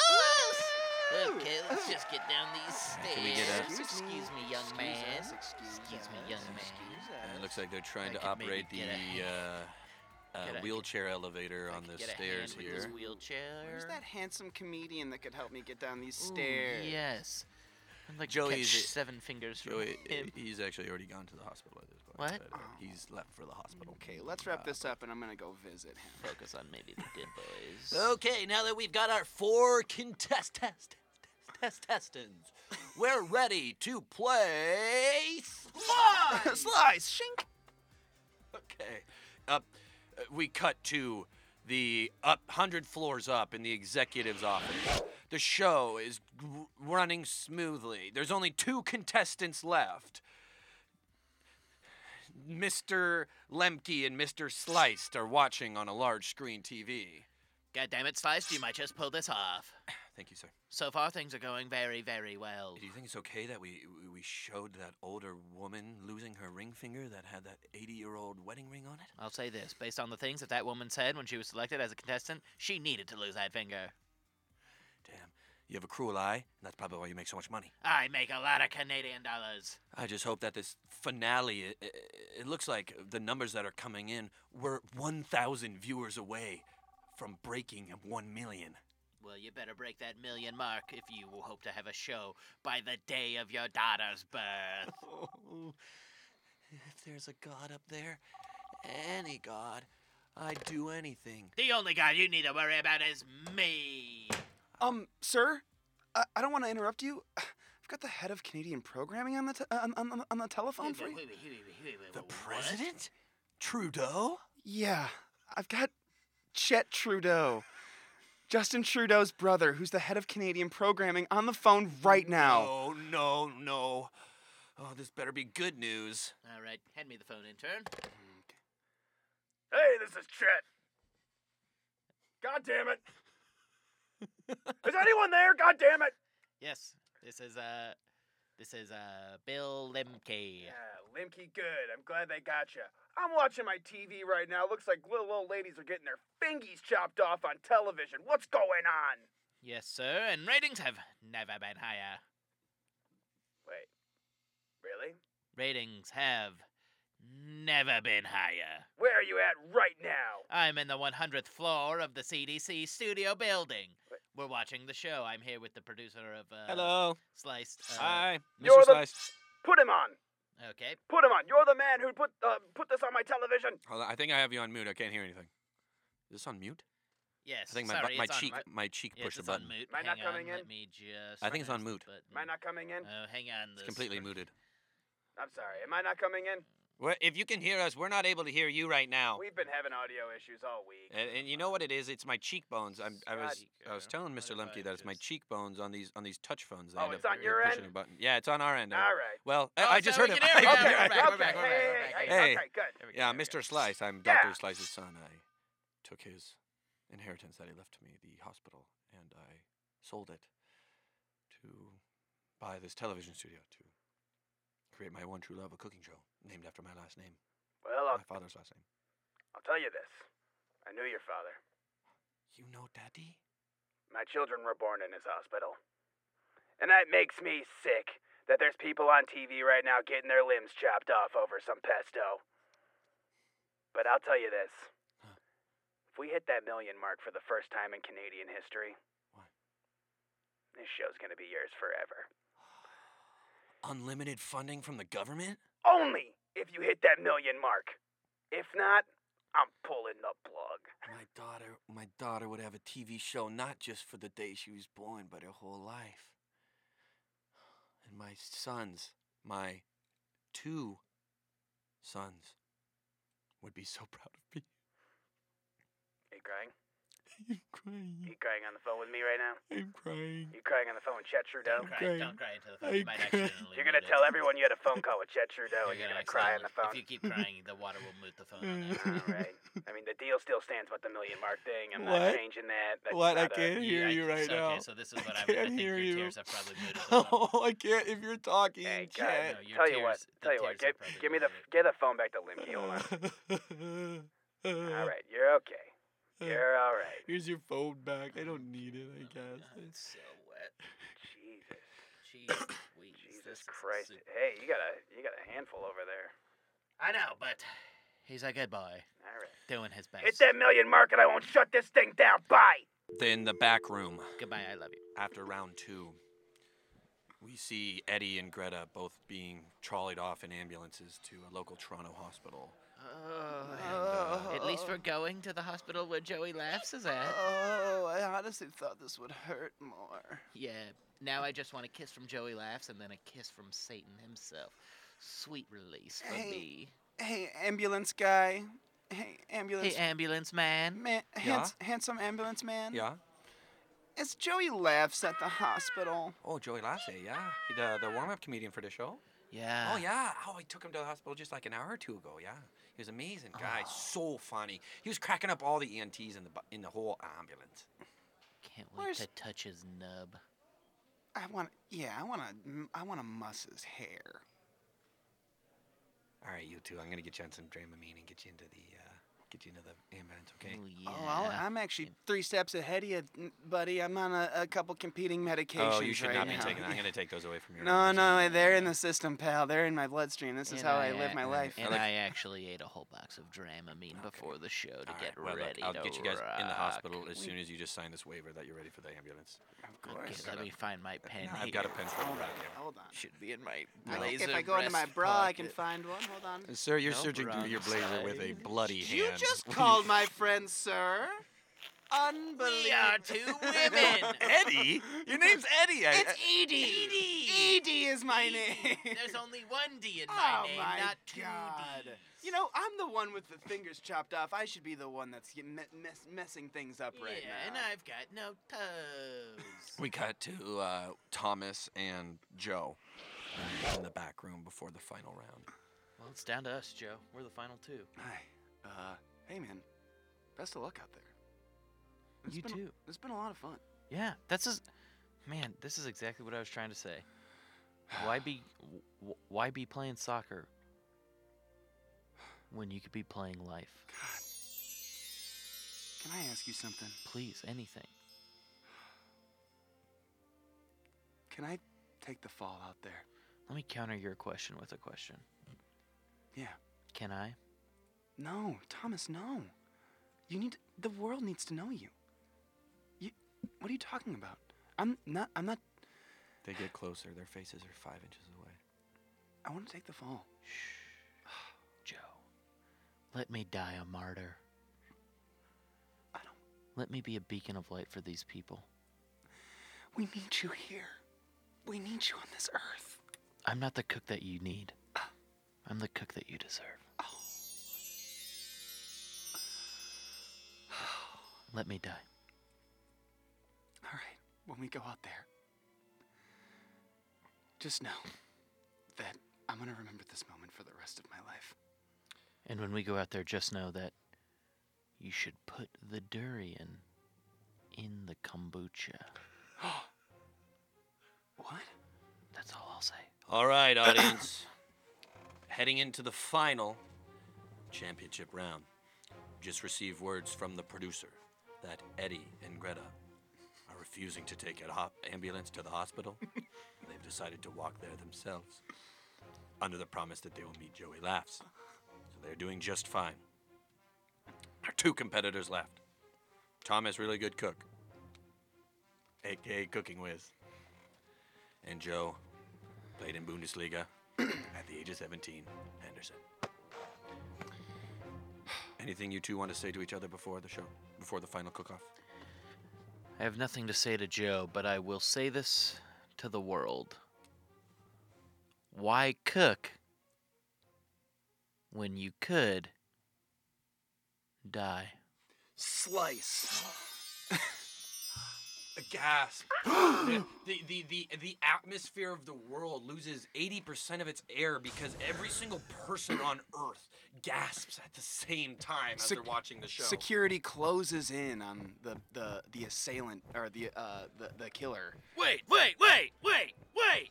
Okay, let's just get down these stairs.
Can we get a-
excuse, me, young man. excuse, me, young man.
And it looks like they're trying to
could maybe
operate the
get
uh, uh,
get a-
wheelchair elevator on the
get a
stairs
hand with this
here.
Where's
wheelchair.
that handsome comedian that could help me get down these
Ooh,
stairs?
yes. I'd like
Joey,
to
is
catch
it-
seven fingers from
Joey,
him.
he's actually already gone to the hospital at this point.
What?
but, uh, He's left for the hospital.
Okay, let's wrap this up and I'm gonna go visit him.
Focus on maybe the
eh,
good boys.
Okay, now that we've got our four contest test test testants, we're ready to play slice. (laughs) slice, shink. Okay. Up, uh, we cut to the up hundred floors up in the executive's office. The show is r- running smoothly. There's only two contestants left. Mr. Lemke and Mr. Sliced are watching on a large screen TV.
God damn it, Sliced, you might just pull this off.
Thank you, sir.
So far, things are going very, very well.
Do you think it's okay that we we- we showed that older woman losing her ring finger that had that 80-year-old wedding ring on it?
I'll say this based on the things that that woman said when she was selected as a contestant, she needed to lose that finger.
You have a cruel eye, and that's probably why you make so much money.
I make a lot of Canadian dollars.
I just hope that this finale, it, it, it looks like the numbers that are coming in, we're 1,000 viewers away from breaking 1 million.
Well, you better break that million mark if you hope to have a show by the day of your daughter's
(laughs)
birth.
If there's a god up there, any god, I'd do anything.
The only guy you need to worry about is me.
Um, sir, I, I don't want to interrupt you. I've got the head of Canadian programming on the t- on, on, on- on the telephone for you.
The
president? Trudeau?
Yeah, I've got Chet Trudeau, Justin Trudeau's brother, who's the head of Canadian programming, on the phone right now.
Oh, no, no. Oh, this better be good news.
All right, hand me the phone, intern.
Hey, this is Chet. God damn it. is anyone there? God damn it.
Yes, this is uh, this is uh, Bill Lemke.
Yeah, Limkey, good. I'm glad they got you. I'm watching my TV right now. Looks like little old ladies are getting their fingies chopped off on television. What's going on?
Yes, sir. And ratings have never been higher.
Wait, really?
Ratings have never been higher.
Where are you at right now?
I'm in the 100th floor of the CDC studio building. We're watching the show. I'm here with the producer of uh,
Hello.
Sliced. Uh,
Hi,
You're
Mr.
the-
Sliced.
Put him on.
Okay.
Put him on. You're the man who put uh, put this on my television.
Hold on, I think I have you on mute. I can't hear anything. Is this on mute?
Yes.
I think my bu-
sorry,
my
it's on
cheek-
mu-
my cheek
yes,
pushed the
it's on
button.
mute.
Am I
Hang
not coming
on, Let
in?
me just.
I think it's on
press
mute.
the button.
Am I not coming in?
Oh, hang on.
It's
this-
completely muted.
I'm sorry. Am I not coming in?
Well, if you can hear us, we're not able to hear you right now.
We've been having audio issues all (laughs) week.
And, and you know what it is? It's my cheekbones. I'm, I was I was telling Mr.
What if
Lemke
I
that it's my cheekbones on these on these touch phones. They
Oh,
end
it's
up
on your
pushing
end?
A button. Yeah, it's on our end.
All right.
Well, I-
Oh,
I just
so
heard
we
him.
can hear you.
(laughs) Okay,
We're
right,
back, we're
right,
back,
right,
we're
right,
back, we're
right,
back.
right. Hey,
Okay, good. There we go,
Yeah,
there we go.
Mr. Slice. I'm
Yeah.
Dr. Slice's son. I took his inheritance that he left to me at the hospital, and I sold it to buy this television studio to create my one true love, a cooking show named after my last name,
Well, I'll,
my father's last name.
I'll tell you this. I knew your father.
You know, Daddy.
My children were born in his hospital. And that makes me sick that there's people on TV right now getting their limbs chopped off over some pesto. But I'll tell you this. If we hit that million mark for the first time in Canadian history, this show's going to be yours forever.
Unlimited funding from the government?
Only if you hit that million mark. If not, I'm pulling the plug.
My daughter, my daughter would have a TV show not just for the day she was born, but her whole life. And my sons, my two sons, would be so (laughs) proud of me.
Are you crying?
I'm crying.
Are you crying on the phone with me right now?
I'm crying.
You crying on the phone with Chet Trudeau?
Don't cry, don't cry into the phone. You might accidentally
You're gonna
mute it.
tell everyone you had a phone call with Chet Trudeau, and you're gonna cry on the phone.
If you keep crying, the water will mute the phone. On (laughs)
All right. I mean, the deal still stands about the million mark thing. I'm not
What?
changing that. That's
What? I
not a-
can't hear
I-
you right
it's
now. (laughs) so this is what I would- I think your tears have probably
(laughs)
muted the
Oh, I can't if you're talking.
Hey, God,
Chet. No, your
tell you what.
tears- the
Tell you what.
tears are
Give, give me the get the phone back to (laughs) Limkey.
Uh,
Hold on. all right, you're okay.
Uh.
You're all right.
Here's your phone back. I don't need it, I guess.
It's so wet.
Jesus.
Jesus,
Jesus Christ. Hey, you got a you got a handful over there.
I know, but he's a good boy.
All right.
Doing his best.
Hit that million mark, and I won't shut this thing down. Bye.
Then the back room.
Goodbye, I love you.
After round two, we see Eddie and Greta both being trolleyed off in ambulances to a local Toronto hospital.
Oh, at least we're going to the hospital where Joey laughs is at.
Oh, I honestly thought this would hurt more.
Yeah, now I just want a kiss from Joey Laughs and then a kiss from Satan himself. Sweet release for
Hey,
me.
Hey, ambulance guy. Hey, ambulance.
Hey, ambulance man.
man,
Yeah?
hands- handsome ambulance man.
Yeah?
It's Joey laughs at the hospital.
Oh, Joey Lassie, yeah. He- The, the warm up comedian for the show.
Yeah.
Oh
yeah.
yeah. Oh, I took him to the hospital just like an hour or two ago. Yeah. He was an amazing guy. So funny. He was cracking up all the ENTs in the bu- in the whole ambulance.
Can't wait to touch his nub.
I want. Yeah, I want to. I want to muss his hair.
All right, you two. I'm gonna get you on some Dramamine and get you into the uh, get you into the ambulance. Okay.
Oh, I'll, I'm actually three steps ahead of you, n- buddy. I'm on a, a couple competing medications
Oh, you should
right
not
now.
be
(laughs)
taking. That. I'm gonna take those away from you.
No, no, they're in the system, pal. They're in my bloodstream. This is
And
how I, live my
and-
life.
And I actually ate a whole box of Dramamine before the show to get
Well, look,
ready.
I'll
to
get you guys in the
rock.
hospital as soon as you just sign this waiver that you're ready for the ambulance. Of
Okay, (laughs) let me find my pen.
I've got a
here.
pen for you right here.
Hold on.
Should be in my
I-
blazer.
if I go into my
breast
bra, I can
pocket.
find one. Hold on.
Sir, you're
No
searching through
wrong
your blazer with a
side.
bloody hand.
You
(laughs)
just called my friend, sir. Unbelievable.
We are two women.
Eddie. Your name's Eddie. I-
It's Edie. Edie. Edie is my name.
There's only one D in my
Oh
name,
my
not two
God.
D's.
You know, I'm the one with the fingers chopped off. I should be the one that's get- me- mess- messing things up right
yeah,
now.
and I've got no toes.
We cut to uh, Thomas and Joe uh, in the back room before the final round.
Well, it's down to us, Joe. We're the final two.
Hi. Uh, hey, man. Best of luck out there. It's
You
been a-
too.
it's been a lot of fun.
Yeah, that's is, man. This is exactly what I was trying to say. Why be, wh- wh- why be playing soccer when you could be playing life?
Can I ask you something?
Please, anything.
Can I take the fall out there?
Let me counter your question with a question.
Yeah.
Can I?
No, Thomas, no. You need the world needs to know you. You What are you talking about? I'm not I'm not
They get closer. Their faces are five inches away.
I want to take the fall. (sighs)
Joe, let me die a martyr.
I don't
Let me be a beacon of light for these people.
We need you here. We need you on this earth.
I'm not the cook that you need. I'm the cook that you deserve. (sighs) Let me die.
All right. When we go out there, just know that I'm going to remember this moment for the rest of my life.
And when we go out there, just know that you should put the durian in the kombucha.
what?
That's all I'll say.
All right, audience. (clears throat) Heading into the final championship round. Just received words from the producer that Eddie and Greta are refusing to take an ho- ambulance to the hospital. They've decided to walk there themselves under the promise that they will meet Joey Laughs. So they're doing just fine. There are two competitors left. Thomas, really good cook, aka Cooking Whiz, and Joe, played in Bundesliga (clears throat) at the age of 17. Henderson. (sighs) Anything you two want to say to each other before the show, before the final cook-off?
I have nothing to say to Joe, but I will say this to the world. Why cook when you could die?
Slice.
A gasp. (gasps) the, the, the, the, the atmosphere of the world loses 80% of its air because every single person (clears throat) on Earth gasps at the same time as they're
Sec-
watching the show.
Security closes in on the the, the assailant or the uh the, the killer.
Wait, wait, wait, wait, wait!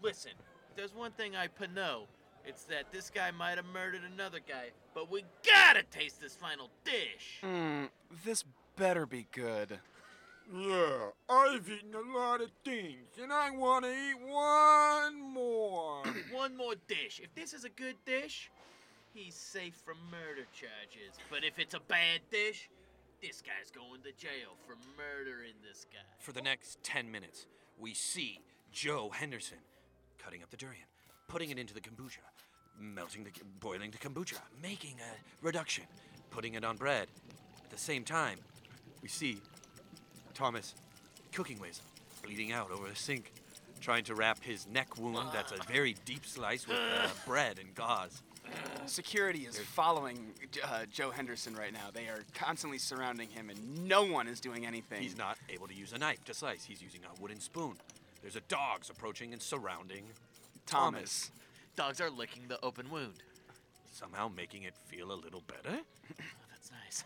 Listen, if there's one thing I put know. It's that this guy might have murdered another guy, but we gotta taste this final dish.
Mm, this better be good.
Yeah, I've eaten a lot of things, and I want to eat one more.
one more dish. If this is a good dish, he's safe from murder charges. But if it's a bad dish, this guy's going to jail for murdering this guy.
For the next 10 minutes, we see Joe Henderson cutting up the durian, putting it into the kombucha, melting the boiling the kombucha, making a reduction, putting it on bread. At the same time, we see Thomas cooking with bleeding out over the sink, trying to wrap his neck wound that's a very deep slice with uh, bread and gauze.
Security is following uh, Joe Henderson right now. They are constantly surrounding him, and no one is doing anything.
He's not able to use a knife to slice. He's using a wooden spoon. There's a dogs approaching and surrounding
Thomas.
Dogs are licking the open wound.
Somehow making it feel a little better?
That's nice.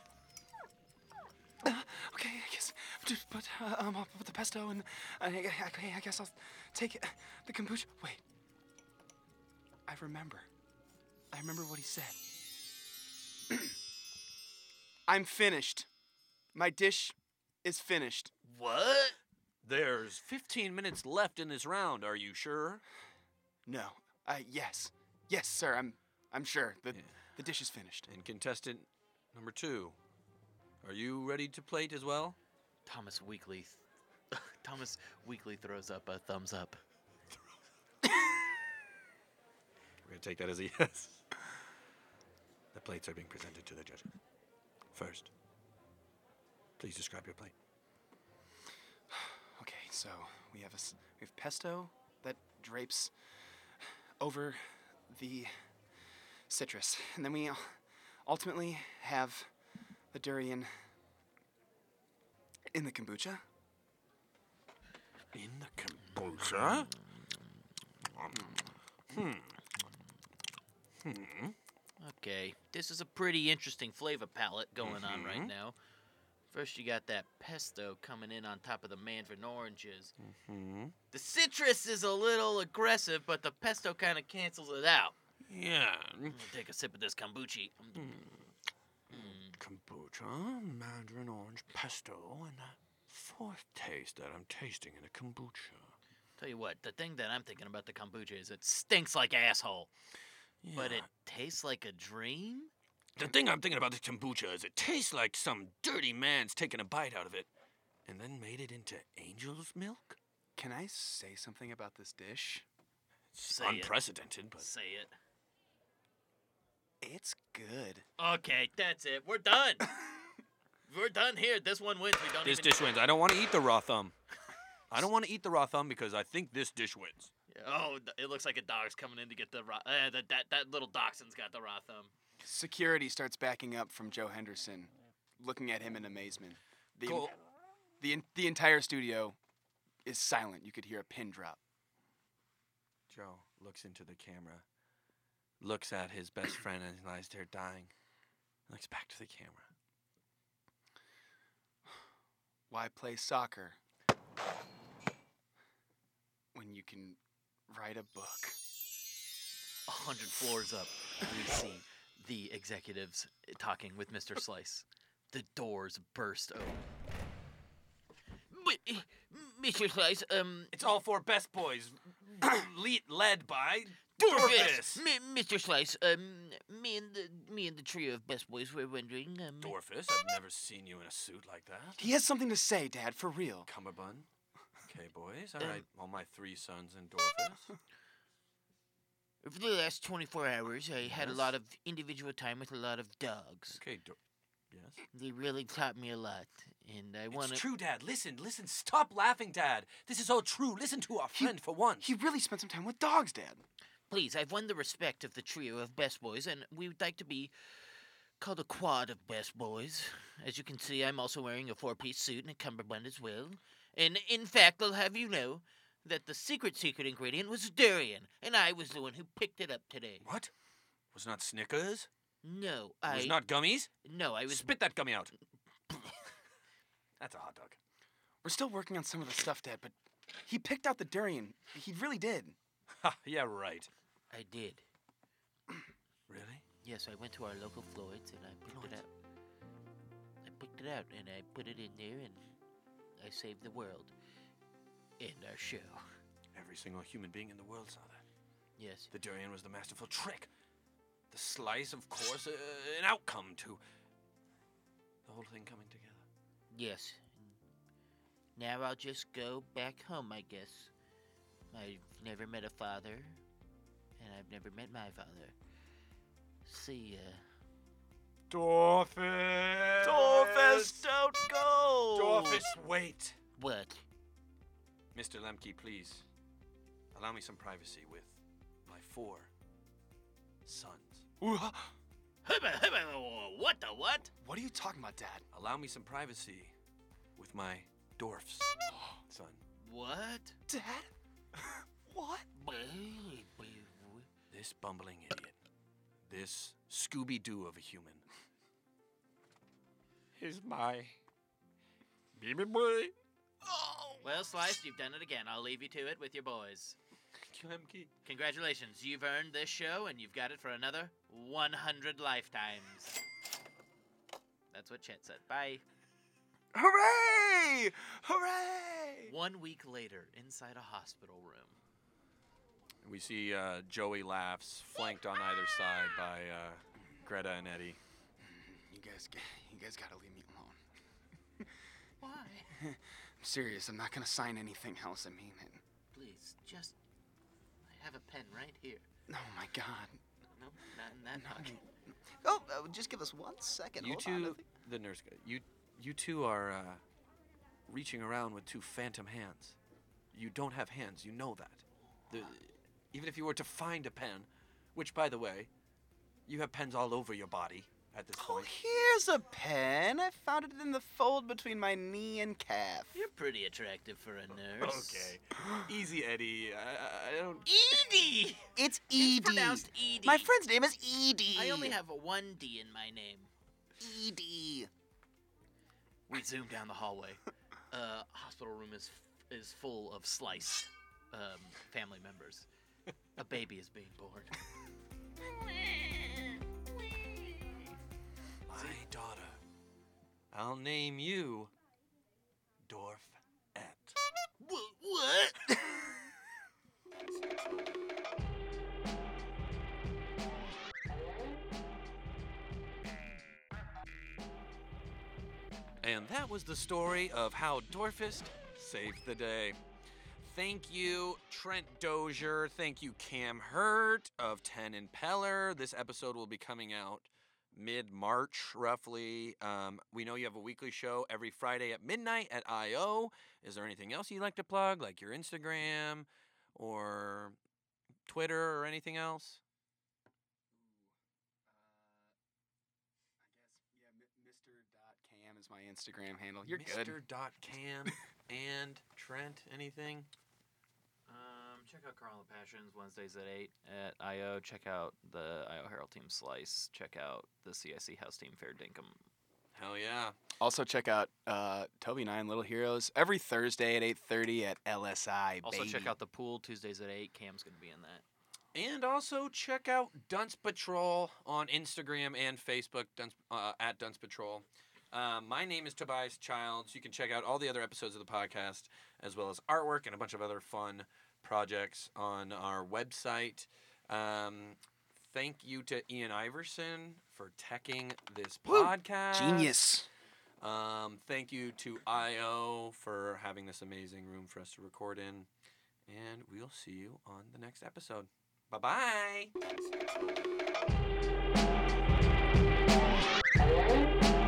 Okay, I guess. But, but uh, um, I'll put the pesto and I, I, I, I guess I'll take uh, the kombucha. Wait. I remember. I remember what he said. (clears throat) I'm finished. My dish is finished.
What? There's 15 minutes left in this round. Are you sure?
No. Uh, yes. Yes, sir. I'm I'm sure. The the dish is finished.
And contestant number 2, are you ready to plate as well?
Thomas
(laughs)
Weekly. Thomas Weekly throws up a thumbs up.
We're going to take that as a (laughs) yes. The plates are being presented to the judges. First, please describe your plate.
Okay, so we have a s- we have pesto that drapes over the citrus, and then we ul- ultimately have the durian in the kombucha.
In the kombucha?
Hmm.
Hmm.
Okay, this is a pretty interesting flavor palette going on right
Mhm.
now. First, you got that pesto coming in on top of the mandarin oranges.
Hmm.
The citrus is a little aggressive, but the pesto kind of cancels it out.
Yeah.
I'm gonna take a sip of this kombucha.
Kombucha, mandarin orange pesto, and that fourth taste that I'm tasting in a kombucha.
Tell you what, the thing that I'm thinking about the kombucha is it stinks like asshole, but it tastes like a dream.
The thing I'm thinking about this kombucha is it tastes like some dirty man's taken a bite out of it and then made it into angel's milk?
Can I say something about this dish?
It's unprecedented, but
Say it.
It's good.
Okay, that's it. We're done. We're done here. This one wins. We don't
this
even.
dish wins. I don't want to eat the raw thumb. I don't want to eat the raw thumb because I think this dish wins.
Oh, th- it looks like a dog's coming in to get the raw. Uh, that, that that little dachshund's got the raw thumb.
Security starts backing up from Joe Henderson, looking at him in amazement. The
Cool.
the en- the entire studio is silent. You could hear a pin drop.
Joe looks into the camera, looks at his best friend and lies there dying, looks back to the camera.
Why play soccer when you can write a book?
A hundred floors up, we see the executives talking with Mr. Slice. The doors burst open. Mr. eh, Slice, um,
It's all four best boys, (coughs) le- led by
Dorfus. M- Mr. Slice, um, me and the me and the trio of best boys were wondering. Um,
Dorfus. I've never seen you in a suit like that.
He has something to say, Dad, for real.
(laughs) Cummerbund. Okay, boys. All right, all my three sons and (laughs) Dorfus.
For the last 24 hours, I had a
Yes?
lot of individual time with a lot of dogs.
Okay, Dor- yes.
They really taught me a lot, and I want
It's true, Dad. Listen, listen. Stop laughing, Dad. This is all true. Listen to our friend for once.
He really spent some time with dogs, Dad.
Please, I've won the respect of the trio of best boys, and we would like to be called a quad of best boys. As you can see, I'm also wearing a four-piece suit and a cummerbund as well. And in fact, I'll have you know that the secret secret ingredient was durian, and I was the one who picked it up today.
What? Was not Snickers?
No,
It
I
was not gummies?
No, I was
Spit that gummy (laughs) out. That's a hot dog.
We're still working on some of the stuff, Dad, but he picked out the durian. He really did.
Ha, yeah, right.
I did.
Really?
Yes, I went to our local Floyd's and I picked it up. I picked it out and I put it in there and I saved the world. And our show.
Every single human being in the world saw that.
Yes.
The durian was the masterful trick. The slice, of course, uh, an outcome to the whole thing coming together.
Yes. Now I'll just go back home, I guess. I've never met a father, and I've never met my father. See uh, ya.
Dorfus!
Dorfus,
don't go! Dorfus, wait!
(laughs)
What?
Mr. Lemke, please allow me some privacy with my four sons.
What the what?
What are you talking about, Dad?
Allow me some privacy with my dwarfs, (gasps) son.
What?
Dad? (laughs) What?
This bumbling idiot. This Scooby Doo of a human. Is my baby boy.
Well, Slice, you've done it again. I'll leave you to it with your boys. Congratulations, you've earned this show and you've got it for another 100 lifetimes. That's what Chet said. Bye.
Hooray! Hooray!
One week later, inside a hospital room.
We see uh, Joey laughs, flanked on either side by uh, Greta and Eddie.
You guys, g- you guys gotta leave me alone.
Why?
I'm serious. I'm not gonna sign anything else. I mean it.
Please, just. I have a pen right here.
Oh my God.
No, not in that
(laughs)
pocket.
Oh, uh, just give us one second.
You
Hold on, I
two, the nurse guy. You, you two are uh, reaching around with two phantom hands. You don't have hands. You know that. The, even if you were to find a pen, which by the way, you have pens all over your body at this
Oh,
point.
Here's a pen. I found it in the fold between my knee and calf.
You're pretty attractive for a nurse.
Okay. (gasps) Easy, Eddie. I, I- I don't.
Edie!
It's
Edie.
Edie. My friend's name is Edie.
I only have a one D in my name.
Edie.
We zoom down the hallway. Uh, hospital room is is full of sliced um, family members. A baby is being born.
My daughter. I'll name you Dorf
What?
(laughs) And that was the story of how Dorfist saved the day. Thank you, Trent Dozier. Thank you, Cam Hurt of Ten Impeller. This episode will be coming out mid March, roughly. Um, we know you have a weekly show every Friday at midnight at IO. Is there anything else you'd like to plug, like your Instagram or Twitter or anything else?
Cam is my Instagram handle. You're good.
Mr. Dot Cam and Trent, anything?
Um, check out Carl and the Passions Wednesdays at eight at IO. Check out the IO Herald Team Slice. Check out the CIC House Team Fair Dinkum.
Hell yeah!
Also check out uh, Toby Nine Little Heroes every Thursday at 8:30 at LSI.
Also check
baby.
out the pool Tuesdays at eight. Cam's gonna be in that.
And also check out Dunce Patrol on Instagram and Facebook, Dunce, uh, at Dunce Patrol. Uh, my name is Tobias Childs. You can check out all the other episodes of the podcast, as well as artwork and a bunch of other fun projects on our website. Um, thank you to Ian Iverson for teching this podcast.
Genius.
Um, thank you to IO for having this amazing room for us to record in. And we'll see you on the next episode. Bye bye.